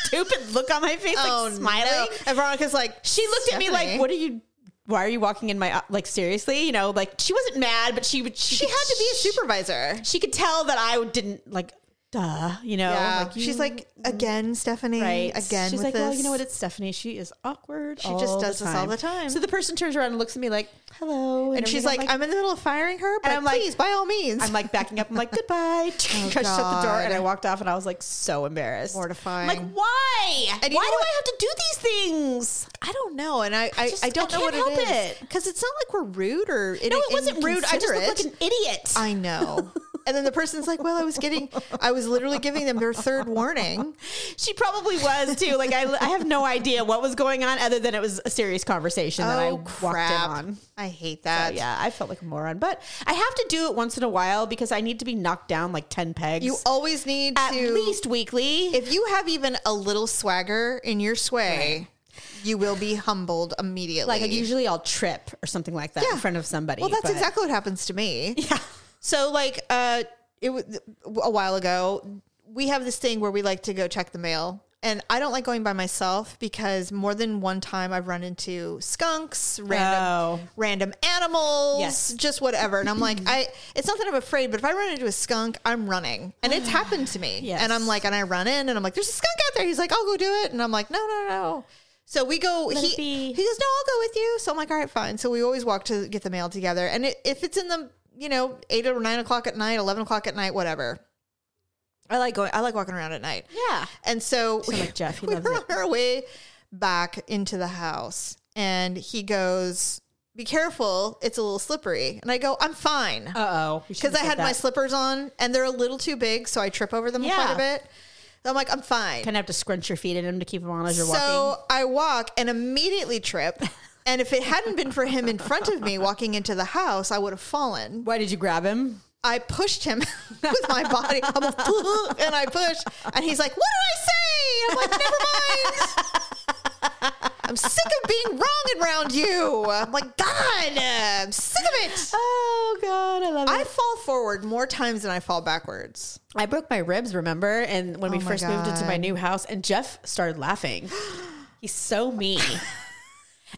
[SPEAKER 2] stupid look on my face, like smiling.
[SPEAKER 1] Oh, no. And Veronica's like,
[SPEAKER 2] She looked at me
[SPEAKER 1] Stephanie.
[SPEAKER 2] like, "What are you? Why are you walking in my like seriously?" You know, like she wasn't mad, but she would. She,
[SPEAKER 1] she had to be a supervisor.
[SPEAKER 2] She could tell that I didn't like. Duh, you know.
[SPEAKER 1] Yeah.
[SPEAKER 2] like, you-
[SPEAKER 1] She's like, again, Stephanie.
[SPEAKER 2] right
[SPEAKER 1] Again.
[SPEAKER 2] She's
[SPEAKER 1] with
[SPEAKER 2] like,
[SPEAKER 1] this.
[SPEAKER 2] "Well, you know what? It's Stephanie. She is awkward. She
[SPEAKER 1] just does this all the time.
[SPEAKER 2] So the person turns around and looks at me like, "Hello,"
[SPEAKER 1] and she's
[SPEAKER 2] everything. I'm
[SPEAKER 1] like, I'm in the middle of firing her, but
[SPEAKER 2] I'm like-
[SPEAKER 1] please, by all means.
[SPEAKER 2] I'm like backing up. I'm like, goodbye. <laughs> I shut the door
[SPEAKER 1] Oh, God.
[SPEAKER 2] and I walked off and I was like so embarrassed.
[SPEAKER 1] Mortifying.
[SPEAKER 2] I'm like, why?
[SPEAKER 1] And you
[SPEAKER 2] why
[SPEAKER 1] know
[SPEAKER 2] do
[SPEAKER 1] what-
[SPEAKER 2] I have to do these things?
[SPEAKER 1] I don't know, and I, I,
[SPEAKER 2] just-
[SPEAKER 1] I don't
[SPEAKER 2] I
[SPEAKER 1] know what
[SPEAKER 2] can't
[SPEAKER 1] it
[SPEAKER 2] help
[SPEAKER 1] is
[SPEAKER 2] it.
[SPEAKER 1] because it's not like we're rude or
[SPEAKER 2] No, it wasn't rude. I just looked like an idiot.
[SPEAKER 1] I know. and then the person's like, well, I was getting, I was literally giving them their third warning.
[SPEAKER 2] she probably was too. Like I, I have no idea what was going on other than it was a serious conversation that I
[SPEAKER 1] oh
[SPEAKER 2] walked
[SPEAKER 1] crap!
[SPEAKER 2] in on.
[SPEAKER 1] I hate
[SPEAKER 2] So,
[SPEAKER 1] that.
[SPEAKER 2] yeah, I felt like a moron, but I have to do it once in a while because I need to be knocked down like ten pegs
[SPEAKER 1] You always need
[SPEAKER 2] at
[SPEAKER 1] to
[SPEAKER 2] least weekly.
[SPEAKER 1] if you have even a little swagger in your sway, you will be humbled immediately.
[SPEAKER 2] like usually I'll trip or something like that
[SPEAKER 1] Yeah.
[SPEAKER 2] in front of somebody.
[SPEAKER 1] well, that's
[SPEAKER 2] but-
[SPEAKER 1] exactly what happens to me.
[SPEAKER 2] <laughs> yeah.
[SPEAKER 1] So like uh it was a while ago, we have this thing where we like to go check the mail. And I don't like going by myself because more than one time I've run into skunks, random
[SPEAKER 2] Oh.
[SPEAKER 1] random animals,
[SPEAKER 2] Yes.
[SPEAKER 1] just whatever. And
[SPEAKER 2] <laughs>
[SPEAKER 1] I'm like, I it's not that I'm afraid, but if I run into a skunk, I'm running. And
[SPEAKER 2] <sighs>
[SPEAKER 1] it's happened to me.
[SPEAKER 2] Yes.
[SPEAKER 1] And I'm like, and I run in and I'm like, there's a skunk out there. He's like, I'll go do it. And I'm like, no, no, no. So we go
[SPEAKER 2] Let
[SPEAKER 1] he,
[SPEAKER 2] it be.
[SPEAKER 1] he goes, no, I'll go with you. So I'm like, all right, fine. So we always walk to get the mail together. And it, if it's in the, you know, eight or nine o'clock at night, 11 o'clock at night, whatever. I like going, I like walking around at night.
[SPEAKER 2] Yeah.
[SPEAKER 1] And so, we, <laughs>
[SPEAKER 2] like Jeff, he
[SPEAKER 1] we
[SPEAKER 2] loves
[SPEAKER 1] were
[SPEAKER 2] it.
[SPEAKER 1] on our way back into the house and he goes, be careful. It's a little slippery. And I go, I'm fine.
[SPEAKER 2] Uh oh.
[SPEAKER 1] Because I had my slippers on and they're a little too big. So I trip over them quite
[SPEAKER 2] Yeah.
[SPEAKER 1] a bit. I'm like, I'm fine.
[SPEAKER 2] Kind of have to scrunch your feet in them to keep them on as you're walking.
[SPEAKER 1] So I walk and immediately trip. And if it hadn't been for him in front of me walking into the house, I would have fallen.
[SPEAKER 2] Why did you grab him?
[SPEAKER 1] I pushed him <laughs> with my body. I'm like, <laughs> "Pooh," and I pushed, and he's like, "What did I say?" I'm like, "Never mind." I'm sick of being wrong around you. I'm like, God, I'm sick of it.
[SPEAKER 2] Oh God, I love
[SPEAKER 1] I fall forward more times than I fall backwards.
[SPEAKER 2] I broke my ribs, remember? And when we
[SPEAKER 1] Oh my
[SPEAKER 2] first moved into my
[SPEAKER 1] God.
[SPEAKER 2] new house, and Jeff started laughing.
[SPEAKER 1] <gasps>
[SPEAKER 2] He's so mean.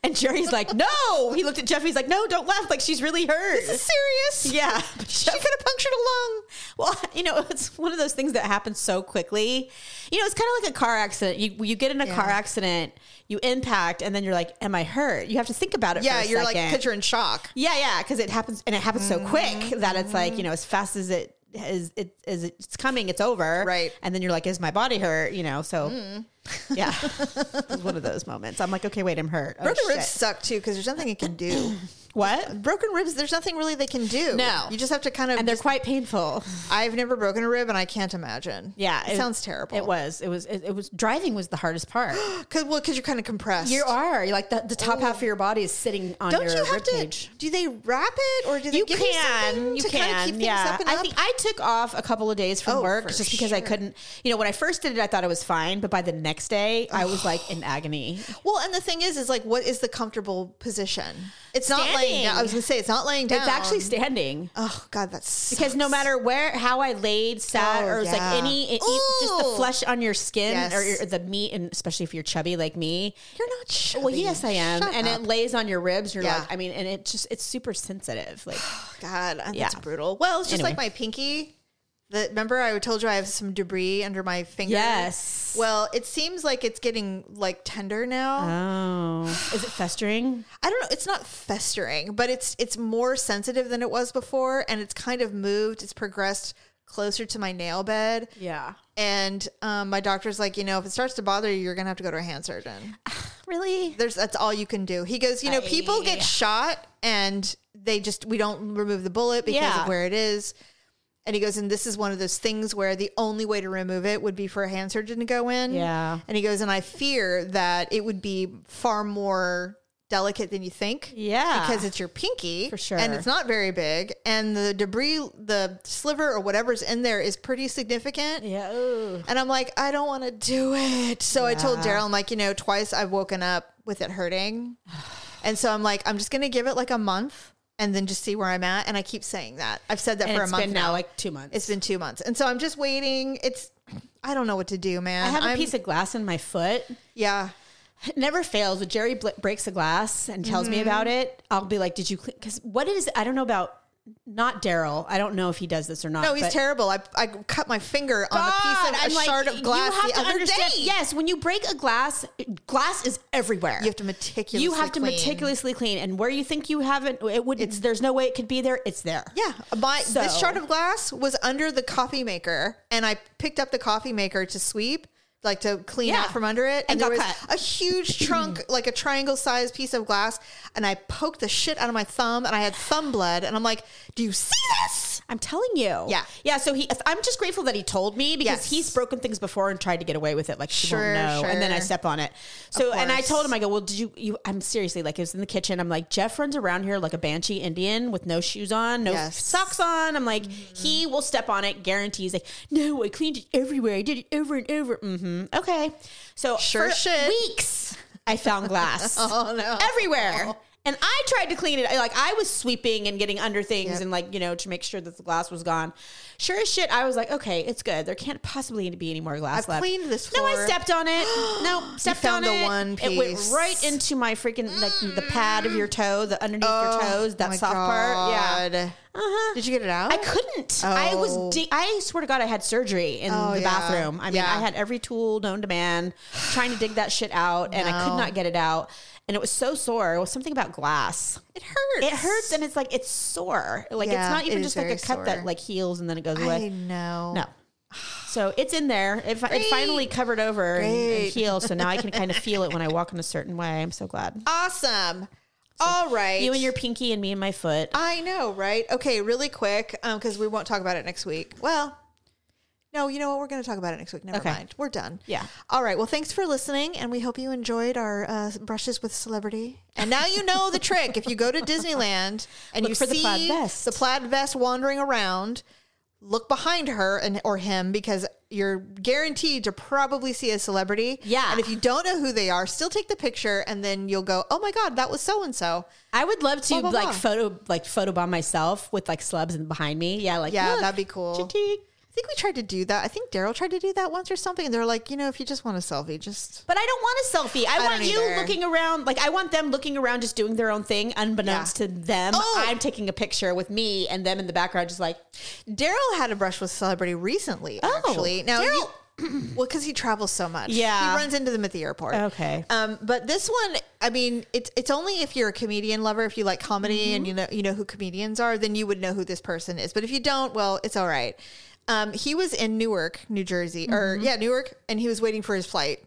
[SPEAKER 2] and Jerry's like, no. He looked at Jeff. He's like, no, don't laugh. Like she's really hurt.
[SPEAKER 1] This is serious.
[SPEAKER 2] <laughs> yeah.
[SPEAKER 1] She could have punctured a lung.
[SPEAKER 2] Well, you know, it's one of those things that happens so quickly. You know, it's kind of like a car accident. You you get in a car
[SPEAKER 1] Yeah.
[SPEAKER 2] accident, you impact, and then you're like, am I hurt? You have to think about it.
[SPEAKER 1] Yeah,
[SPEAKER 2] for a
[SPEAKER 1] you're like,
[SPEAKER 2] second.
[SPEAKER 1] because you're in shock.
[SPEAKER 2] Yeah, yeah, because it happens and it happens so
[SPEAKER 1] Mm-hmm.
[SPEAKER 2] quick that it's like you know as fast as it is it is it's coming, it's over,
[SPEAKER 1] Right. Mm.
[SPEAKER 2] And then you're like, is my body hurt? You know, so
[SPEAKER 1] <laughs>
[SPEAKER 2] yeah, it was one of those moments. I'm like, okay, wait, I'm hurt. Oh,
[SPEAKER 1] Broken ribs
[SPEAKER 2] shit.
[SPEAKER 1] suck too because there's nothing it can
[SPEAKER 2] <clears throat>
[SPEAKER 1] do.
[SPEAKER 2] What?
[SPEAKER 1] broken ribs, there's nothing really they can do.
[SPEAKER 2] No.
[SPEAKER 1] you just have to kind of.
[SPEAKER 2] And they're quite painful.
[SPEAKER 1] I've never broken a rib, and I can't imagine.
[SPEAKER 2] Yeah,
[SPEAKER 1] it, sounds terrible.
[SPEAKER 2] It was. It was. It, it was. Driving was the
[SPEAKER 1] <gasps>
[SPEAKER 2] hardest part.
[SPEAKER 1] Cause, well, because you're kind of compressed.
[SPEAKER 2] you are. You're like the, the top half of your body is sitting on
[SPEAKER 1] Don't
[SPEAKER 2] your
[SPEAKER 1] you have
[SPEAKER 2] rib
[SPEAKER 1] to?
[SPEAKER 2] cage.
[SPEAKER 1] Do they wrap it, or do they
[SPEAKER 2] you
[SPEAKER 1] give you
[SPEAKER 2] can
[SPEAKER 1] something
[SPEAKER 2] you
[SPEAKER 1] to
[SPEAKER 2] can
[SPEAKER 1] kind of keep things
[SPEAKER 2] yeah
[SPEAKER 1] up and
[SPEAKER 2] i
[SPEAKER 1] up?
[SPEAKER 2] think i took off a couple of days from
[SPEAKER 1] Oh,
[SPEAKER 2] work
[SPEAKER 1] for
[SPEAKER 2] just because i
[SPEAKER 1] sure.
[SPEAKER 2] couldn't you know when i first did it i thought it was fine but by the next day i was
[SPEAKER 1] <sighs>
[SPEAKER 2] like in agony
[SPEAKER 1] well, and the thing is, is like, what is the comfortable position? It's not laying
[SPEAKER 2] Standing.
[SPEAKER 1] down. I was gonna say it's not laying down.
[SPEAKER 2] it's actually standing
[SPEAKER 1] Oh God, that's
[SPEAKER 2] because no matter where how i laid sat
[SPEAKER 1] Oh,
[SPEAKER 2] or
[SPEAKER 1] yeah.
[SPEAKER 2] it's like any it, it- just the
[SPEAKER 1] Ooh.
[SPEAKER 2] flesh on your skin
[SPEAKER 1] Yes.
[SPEAKER 2] or your, the meat and especially if you're chubby like me
[SPEAKER 1] you're not. Chubby.
[SPEAKER 2] well yes i am
[SPEAKER 1] Shut
[SPEAKER 2] and
[SPEAKER 1] up.
[SPEAKER 2] it lays on your ribs you're
[SPEAKER 1] Yeah.
[SPEAKER 2] like i mean and it just it's super sensitive
[SPEAKER 1] <sighs>
[SPEAKER 2] like
[SPEAKER 1] God, uh, that's
[SPEAKER 2] Yeah.
[SPEAKER 1] brutal. Well, it's just
[SPEAKER 2] Anyway.
[SPEAKER 1] like my pinky. That remember I told you I have some debris under my finger.
[SPEAKER 2] yes
[SPEAKER 1] Well, it seems like it's getting like tender now.
[SPEAKER 2] oh is it festering
[SPEAKER 1] I don't know. It's not festering, but it's it's more sensitive than it was before, and it's kind of moved. It's progressed closer to my nail bed,
[SPEAKER 2] yeah
[SPEAKER 1] and um, my doctor's like, you know, if it starts to bother you, you're gonna have to go to a hand surgeon.
[SPEAKER 2] really
[SPEAKER 1] There's that's all you can do. He goes, you know, people
[SPEAKER 2] Aye.
[SPEAKER 1] get shot and they just we don't remove the bullet because
[SPEAKER 2] Yeah.
[SPEAKER 1] of where it is. And he goes, and this is one of those things where the only way to remove it would be for a hand surgeon to go in.
[SPEAKER 2] Yeah.
[SPEAKER 1] And he goes, and I fear that it would be far more delicate than you think.
[SPEAKER 2] Yeah.
[SPEAKER 1] Because it's your pinky. For
[SPEAKER 2] sure.
[SPEAKER 1] And it's not very big. And the debris, the sliver or whatever's in there is pretty significant.
[SPEAKER 2] Yeah.
[SPEAKER 1] And I'm like, I don't want to do it. So I told Daryl, I'm like, you know, twice I've woken up with it
[SPEAKER 2] <sighs>
[SPEAKER 1] hurting. and so I'm like, I'm just going to give it like a month and then just see where I'm at. And I keep saying that. I've said that
[SPEAKER 2] And
[SPEAKER 1] for a
[SPEAKER 2] it's
[SPEAKER 1] month
[SPEAKER 2] been
[SPEAKER 1] now.
[SPEAKER 2] now like two months.
[SPEAKER 1] It's been two months. And so I'm just waiting. It's, I don't know what to do, man.
[SPEAKER 2] I have a
[SPEAKER 1] I'm-
[SPEAKER 2] piece of glass in my foot.
[SPEAKER 1] Yeah.
[SPEAKER 2] It never fails. When Jerry bl- breaks a glass and tells me about it, I'll be like, "Did you?" Because what is? I don't know about not Daryl. I don't know if he does this or not.
[SPEAKER 1] No, he's
[SPEAKER 2] but-
[SPEAKER 1] terrible. I, I cut my finger on a
[SPEAKER 2] God,
[SPEAKER 1] piece of
[SPEAKER 2] I'm
[SPEAKER 1] a
[SPEAKER 2] like,
[SPEAKER 1] shard
[SPEAKER 2] you
[SPEAKER 1] of glass
[SPEAKER 2] have
[SPEAKER 1] the
[SPEAKER 2] to
[SPEAKER 1] other
[SPEAKER 2] understand-
[SPEAKER 1] day.
[SPEAKER 2] Yes, when you break a glass, glass is everywhere.
[SPEAKER 1] You have to meticulously.
[SPEAKER 2] You have to
[SPEAKER 1] clean.
[SPEAKER 2] meticulously clean, and where you think you haven't, it would. It's, there's no way it could be there. It's there.
[SPEAKER 1] Yeah, my this
[SPEAKER 2] So-
[SPEAKER 1] shard of glass was under the coffee maker, and I picked up the coffee maker to sweep, like to clean
[SPEAKER 2] Yeah.
[SPEAKER 1] out from under it,
[SPEAKER 2] And
[SPEAKER 1] and, there was
[SPEAKER 2] got
[SPEAKER 1] a
[SPEAKER 2] cut. <clears throat>
[SPEAKER 1] huge chunk, like a triangle-sized piece of glass, and I poked the shit out of my thumb, and I had thumb blood, and I'm like, "Do you see this?"
[SPEAKER 2] I'm telling you.
[SPEAKER 1] Yeah.
[SPEAKER 2] Yeah. So he, I'm just grateful that he told me because
[SPEAKER 1] Yes.
[SPEAKER 2] he's broken things before and tried to get away with it. Like, she
[SPEAKER 1] Sure,
[SPEAKER 2] won't know. And then I
[SPEAKER 1] sure.
[SPEAKER 2] step on it. So, and I
[SPEAKER 1] course.
[SPEAKER 2] told him, I go, well, did you, you, I'm seriously like, it was in the kitchen. I'm like, Jeff runs around here like a banshee Indian with no shoes on, no
[SPEAKER 1] Yes. Mm-hmm.
[SPEAKER 2] socks on. I'm like, he will step on it, guarantees. Like, no, I cleaned it everywhere. I did it over and over. Mm-hmm. Okay. So,
[SPEAKER 1] Sure
[SPEAKER 2] for
[SPEAKER 1] shit.
[SPEAKER 2] weeks, I found glass
[SPEAKER 1] <laughs> Oh no!
[SPEAKER 2] everywhere. And I tried to clean it. I- Like I was sweeping and getting under things
[SPEAKER 1] Yep.
[SPEAKER 2] and like, you know, to make sure that the glass was gone. Sure as shit, I was like, okay, it's good. There can't possibly be any more glass
[SPEAKER 1] I've
[SPEAKER 2] left.
[SPEAKER 1] cleaned this
[SPEAKER 2] No,
[SPEAKER 1] floor.
[SPEAKER 2] I stepped
[SPEAKER 1] <gasps>
[SPEAKER 2] on it. no, stepped
[SPEAKER 1] found
[SPEAKER 2] on
[SPEAKER 1] the
[SPEAKER 2] it.
[SPEAKER 1] one
[SPEAKER 2] It went
[SPEAKER 1] piece. Mm.
[SPEAKER 2] right into my freaking like the pad of your toe, the underneath your toes, that
[SPEAKER 1] Oh, my
[SPEAKER 2] soft part. Yeah.
[SPEAKER 1] God.
[SPEAKER 2] Uh-huh.
[SPEAKER 1] Did you get it out?
[SPEAKER 2] I couldn't. I
[SPEAKER 1] Oh.
[SPEAKER 2] was. De- I swear to God, I had surgery in
[SPEAKER 1] Oh,
[SPEAKER 2] the
[SPEAKER 1] yeah.
[SPEAKER 2] bathroom. I mean,
[SPEAKER 1] Yeah.
[SPEAKER 2] I had every tool known to man, trying to dig that shit out, and I could
[SPEAKER 1] No.
[SPEAKER 2] not get it out. And it was so sore. It was something about glass.
[SPEAKER 1] it hurts.
[SPEAKER 2] It hurts, and it's like it's sore. Like
[SPEAKER 1] Yeah,
[SPEAKER 2] it's not
[SPEAKER 1] it
[SPEAKER 2] even
[SPEAKER 1] is
[SPEAKER 2] just like a
[SPEAKER 1] very
[SPEAKER 2] cut that
[SPEAKER 1] sore.
[SPEAKER 2] like heals and then it goes
[SPEAKER 1] I
[SPEAKER 2] away.
[SPEAKER 1] know.
[SPEAKER 2] No. So it's in there. It, fi- it finally covered over and, and
[SPEAKER 1] Great.
[SPEAKER 2] healed. So now I can
[SPEAKER 1] <laughs>
[SPEAKER 2] kind of feel it when I walk in a certain way. I'm so glad.
[SPEAKER 1] Awesome. All right.
[SPEAKER 2] You and your pinky and me and my foot.
[SPEAKER 1] um, I know, right? Okay, really quick, because we won't talk about it next week. Well, No, you know what? We're going to talk about it next week. Never
[SPEAKER 2] Okay.
[SPEAKER 1] mind. We're done.
[SPEAKER 2] Yeah.
[SPEAKER 1] All right. Well, thanks for listening, and we hope you enjoyed our uh, brushes with celebrity. And now you know the trick. If you go to Disneyland and
[SPEAKER 2] Look
[SPEAKER 1] you
[SPEAKER 2] for the
[SPEAKER 1] see
[SPEAKER 2] plaid vest.
[SPEAKER 1] the plaid vest wandering around, look behind her and or him because you're guaranteed to probably see a celebrity.
[SPEAKER 2] Yeah.
[SPEAKER 1] And if you don't know who they are, still take the picture, and then you'll go, "Oh my God, that was so and so."
[SPEAKER 2] I would love to
[SPEAKER 1] Blah, blah,
[SPEAKER 2] like
[SPEAKER 1] blah.
[SPEAKER 2] photo like photobomb myself with like celebs and behind me. Yeah, like
[SPEAKER 1] Yeah,
[SPEAKER 2] look,
[SPEAKER 1] that'd be cool.
[SPEAKER 2] ching-ching.
[SPEAKER 1] I think we tried to do that. I think Daryl tried to do that once or something, and they're like, you know, if you just want a selfie, just
[SPEAKER 2] But I don't want a selfie. I,
[SPEAKER 1] don't
[SPEAKER 2] want you
[SPEAKER 1] either.
[SPEAKER 2] looking around. Like I want them looking around, just doing their own thing, unbeknownst
[SPEAKER 1] Yeah.
[SPEAKER 2] to them.
[SPEAKER 1] Oh.
[SPEAKER 2] I'm taking a picture with me and them in the background, just like
[SPEAKER 1] Daryl had a brush with celebrity recently. actually, now
[SPEAKER 2] Daryl-
[SPEAKER 1] you- <clears throat> well, because he travels so much,
[SPEAKER 2] Yeah.
[SPEAKER 1] he runs into them at the airport.
[SPEAKER 2] Okay.
[SPEAKER 1] um, but this one, I mean, it's it's only if you're a comedian lover, if you like comedy
[SPEAKER 2] Mm-hmm.
[SPEAKER 1] and you know you know who comedians are, then you would know who this person is. But if you don't, well, it's all right. Um, he was in Newark, New Jersey, or
[SPEAKER 2] Mm-hmm.
[SPEAKER 1] yeah, Newark, and he was waiting for his flight.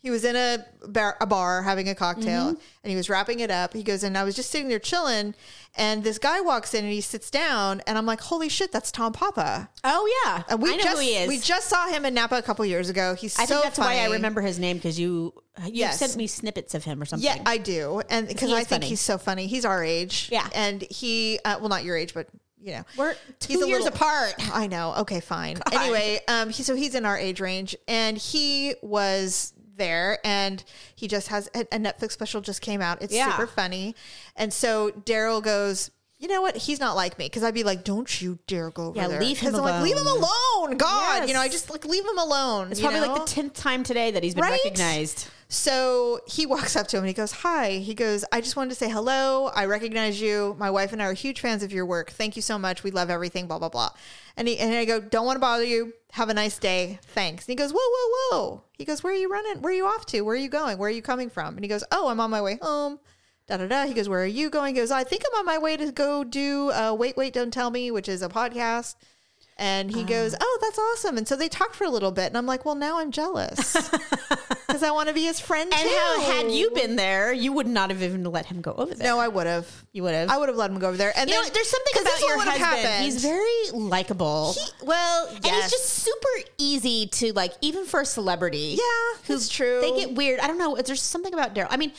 [SPEAKER 1] He was in a bar, a bar having a cocktail
[SPEAKER 2] Mm-hmm.
[SPEAKER 1] and he was wrapping it up. He goes, and I was just sitting there chilling. And this guy walks in and he sits down. And I'm like, holy shit, that's Tom Papa.
[SPEAKER 2] oh yeah,
[SPEAKER 1] And we
[SPEAKER 2] I know
[SPEAKER 1] just,
[SPEAKER 2] who he is.
[SPEAKER 1] We just saw him in Napa a couple years ago. He's
[SPEAKER 2] I
[SPEAKER 1] so
[SPEAKER 2] think that's why I
[SPEAKER 1] funny.
[SPEAKER 2] remember his name because you you
[SPEAKER 1] Yes.
[SPEAKER 2] sent me snippets of him or something.
[SPEAKER 1] Yeah, I do. And because
[SPEAKER 2] He
[SPEAKER 1] I
[SPEAKER 2] is
[SPEAKER 1] think
[SPEAKER 2] funny.
[SPEAKER 1] he's so funny. He's our age.
[SPEAKER 2] Yeah.
[SPEAKER 1] And he, uh, well, not your age, but you know,
[SPEAKER 2] We're two
[SPEAKER 1] a
[SPEAKER 2] years apart.
[SPEAKER 1] I know. Okay, fine. Anyway, um, he, so he's in our age range, and he was there, and he just has a, a Netflix special just came out. It's
[SPEAKER 2] Yeah.
[SPEAKER 1] super funny, and so Daryl goes. You know what? He's not like me because I'd be like, "Don't you dare go over
[SPEAKER 2] Yeah,
[SPEAKER 1] there."
[SPEAKER 2] leave him
[SPEAKER 1] 'Cause I'm like, leave him
[SPEAKER 2] alone.
[SPEAKER 1] alone, God. You know, I
[SPEAKER 2] Yes.
[SPEAKER 1] just like leave him alone.
[SPEAKER 2] it's probably like the tenth time today that he's been
[SPEAKER 1] Right?
[SPEAKER 2] recognized.
[SPEAKER 1] so he walks up to him and he goes, Hi. He goes, I just wanted to say hello. I recognize you. My wife and I are huge fans of your work. Thank you so much. We love everything, blah, blah, blah. And, he, and I go, Don't want to bother you. Have a nice day. Thanks. And he goes, Whoa, whoa, whoa. He goes, Where are you running? Where are you off to? Where are you going? Where are you coming from? And he goes, Oh, I'm on my way home. Da da da. He goes, Where are you going? He goes, I think I'm on my way to go do uh, Wait, Wait, Don't Tell Me, which is a podcast. And he goes, Oh, that's awesome. And so they talked for a little bit. And I'm like, Well, now I'm jealous
[SPEAKER 2] <laughs>
[SPEAKER 1] because I want to be his friend
[SPEAKER 2] And
[SPEAKER 1] too.
[SPEAKER 2] how had you been there, you would not have even let him go over there.
[SPEAKER 1] No, I would have.
[SPEAKER 2] you would have.
[SPEAKER 1] I would have let him go over there. And
[SPEAKER 2] You know,
[SPEAKER 1] then,
[SPEAKER 2] what? there's something
[SPEAKER 1] 'cause
[SPEAKER 2] about
[SPEAKER 1] this is
[SPEAKER 2] your
[SPEAKER 1] what would
[SPEAKER 2] husband.
[SPEAKER 1] have happened.
[SPEAKER 2] He's very likable.
[SPEAKER 1] well,
[SPEAKER 2] And he's just super easy to like, even for a celebrity.
[SPEAKER 1] yeah, it's true.
[SPEAKER 2] They get weird. I don't know. There's something about Daryl. I mean,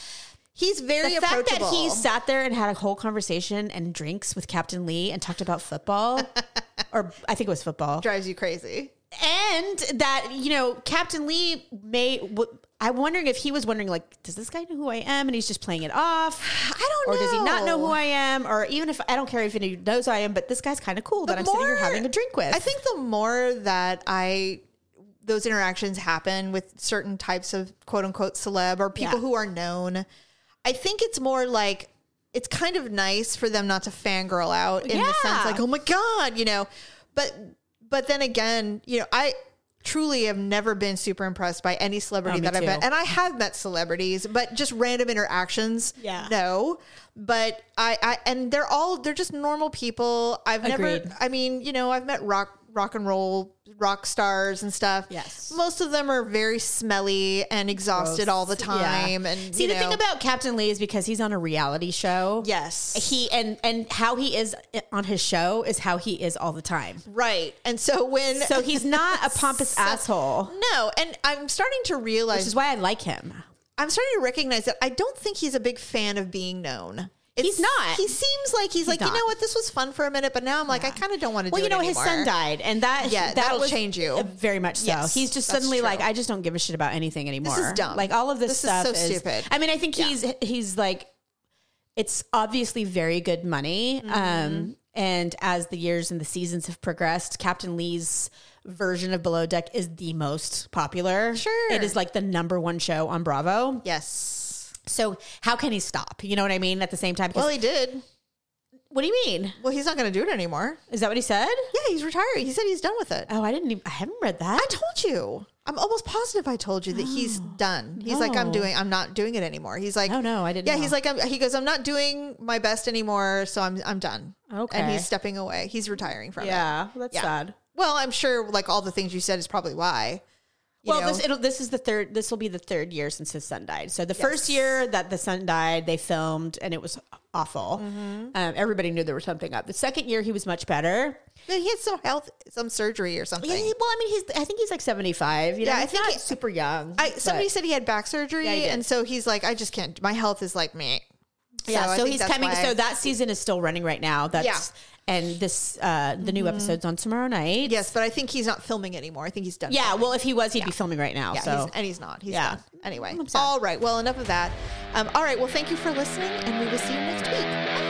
[SPEAKER 1] he's very
[SPEAKER 2] the fact
[SPEAKER 1] approachable.
[SPEAKER 2] that he sat there and had a whole conversation and drinks with Captain Lee and talked
[SPEAKER 1] <laughs>
[SPEAKER 2] about football, or I think it was football,
[SPEAKER 1] drives you crazy.
[SPEAKER 2] and that you know Captain Lee may. W- I'm wondering if he was wondering like, does this guy know who I am? And he's just playing it off.
[SPEAKER 1] I don't
[SPEAKER 2] Or
[SPEAKER 1] know.
[SPEAKER 2] does he not know who I am? Or even if I don't care if he knows who I am, but this guy's kind of cool that I'm sitting here
[SPEAKER 1] more-
[SPEAKER 2] having a drink with.
[SPEAKER 1] I think the more that I those interactions happen with certain types of quote unquote celeb or people
[SPEAKER 2] Yeah.
[SPEAKER 1] who are known, I think it's more like it's kind of nice for them not to fangirl out in the sense
[SPEAKER 2] Yeah.
[SPEAKER 1] like, oh my God, you know. But but then again, you know, I truly have never been super impressed by any celebrity
[SPEAKER 2] Oh, me
[SPEAKER 1] that I've
[SPEAKER 2] too.
[SPEAKER 1] met. And I have met celebrities, but just random interactions.
[SPEAKER 2] Yeah.
[SPEAKER 1] No. But I, I and they're all they're just normal people. I've never
[SPEAKER 2] Agreed.
[SPEAKER 1] I mean, you know, I've met rock rock and roll rock stars and stuff.
[SPEAKER 2] Yes.
[SPEAKER 1] Most of them are very smelly and exhausted all the time.
[SPEAKER 2] Yeah.
[SPEAKER 1] And
[SPEAKER 2] see,
[SPEAKER 1] you
[SPEAKER 2] the
[SPEAKER 1] know,
[SPEAKER 2] thing about Captain Lee is because he's on a reality show.
[SPEAKER 1] Yes.
[SPEAKER 2] he and and how he is on his show is how he is all the time.
[SPEAKER 1] right. And so when
[SPEAKER 2] So he's not a
[SPEAKER 1] <laughs>
[SPEAKER 2] pompous asshole,
[SPEAKER 1] No, and I'm starting to
[SPEAKER 2] which
[SPEAKER 1] realize
[SPEAKER 2] is why I like him.
[SPEAKER 1] I'm starting to recognize that I don't think he's a big fan of being known. It's-
[SPEAKER 2] He's not.
[SPEAKER 1] He seems like he's, like,
[SPEAKER 2] not.
[SPEAKER 1] you know what, this was fun for a minute, but now I'm like, I kind of don't want to
[SPEAKER 2] Well,
[SPEAKER 1] do
[SPEAKER 2] you
[SPEAKER 1] it
[SPEAKER 2] know, his
[SPEAKER 1] anymore.
[SPEAKER 2] son died, and that
[SPEAKER 1] Yeah,
[SPEAKER 2] that
[SPEAKER 1] that'll
[SPEAKER 2] was-
[SPEAKER 1] change you.
[SPEAKER 2] very much. So
[SPEAKER 1] Yes,
[SPEAKER 2] he's just
[SPEAKER 1] that's
[SPEAKER 2] suddenly
[SPEAKER 1] true.
[SPEAKER 2] like, I just don't give a shit about anything anymore.
[SPEAKER 1] is dumb.
[SPEAKER 2] Like all of this,
[SPEAKER 1] This is
[SPEAKER 2] stuff
[SPEAKER 1] so stupid.
[SPEAKER 2] I mean, I think he's he's like, it's obviously very good money.
[SPEAKER 1] Mm-hmm.
[SPEAKER 2] Um, and as the years and the seasons have progressed, Captain Lee's version of Below Deck is the most popular.
[SPEAKER 1] Sure.
[SPEAKER 2] it is like the number one show on Bravo.
[SPEAKER 1] Yes.
[SPEAKER 2] So how can he stop? You know what I mean? At the same time, 'Cause-
[SPEAKER 1] Well, he did.
[SPEAKER 2] what do you mean?
[SPEAKER 1] Well, he's not going to do it anymore.
[SPEAKER 2] Is that what he said?
[SPEAKER 1] Yeah, he's retiring. He said he's done with it.
[SPEAKER 2] Oh, I didn't. Even, I haven't read that.
[SPEAKER 1] I told you. I'm almost positive I told you that he's done. He's like, I'm
[SPEAKER 2] Oh, no.
[SPEAKER 1] doing. I'm not doing it anymore. He's like,
[SPEAKER 2] Oh, no, I didn't
[SPEAKER 1] Yeah,
[SPEAKER 2] know.
[SPEAKER 1] he's like, I'm, he goes, I'm not doing my best anymore, so I'm, I'm done. and
[SPEAKER 2] Okay.
[SPEAKER 1] he's stepping away. He's retiring from it.
[SPEAKER 2] Yeah, that's
[SPEAKER 1] Yeah.
[SPEAKER 2] sad.
[SPEAKER 1] Well, I'm sure like all the things you said is probably why. You
[SPEAKER 2] well,
[SPEAKER 1] know?
[SPEAKER 2] this it'll, this is the third. This will be the third year since his son died. So the first year that the son died, they filmed, and it was awful. Um, everybody knew there was something up. The second year, he was much better.
[SPEAKER 1] He had some health, some surgery or something.
[SPEAKER 2] Yeah, he- well, I mean, he's I think he's like seventy five. You know,
[SPEAKER 1] Yeah, I
[SPEAKER 2] he's
[SPEAKER 1] think
[SPEAKER 2] not
[SPEAKER 1] he-
[SPEAKER 2] super young.
[SPEAKER 1] I,
[SPEAKER 2] but-
[SPEAKER 1] somebody said he had back surgery,
[SPEAKER 2] Yeah, he did.
[SPEAKER 1] and so he's like, I just can't. My health is like me.
[SPEAKER 2] yeah,
[SPEAKER 1] I
[SPEAKER 2] so
[SPEAKER 1] think
[SPEAKER 2] he's
[SPEAKER 1] that's
[SPEAKER 2] coming.
[SPEAKER 1] why-
[SPEAKER 2] So that season is still running right now. That's and this uh the new episode's on tomorrow night.
[SPEAKER 1] yes, but I think he's not filming anymore. I think he's done.
[SPEAKER 2] Yeah. Well, if he was, he'd be filming right now.
[SPEAKER 1] Yeah,
[SPEAKER 2] so
[SPEAKER 1] he's, and he's not. He's
[SPEAKER 2] Yeah.
[SPEAKER 1] done. Anyway,
[SPEAKER 2] I'm sad.
[SPEAKER 1] all right. Well, enough of that. Um, all right. Well, thank you for listening, and we will see you next week. Bye.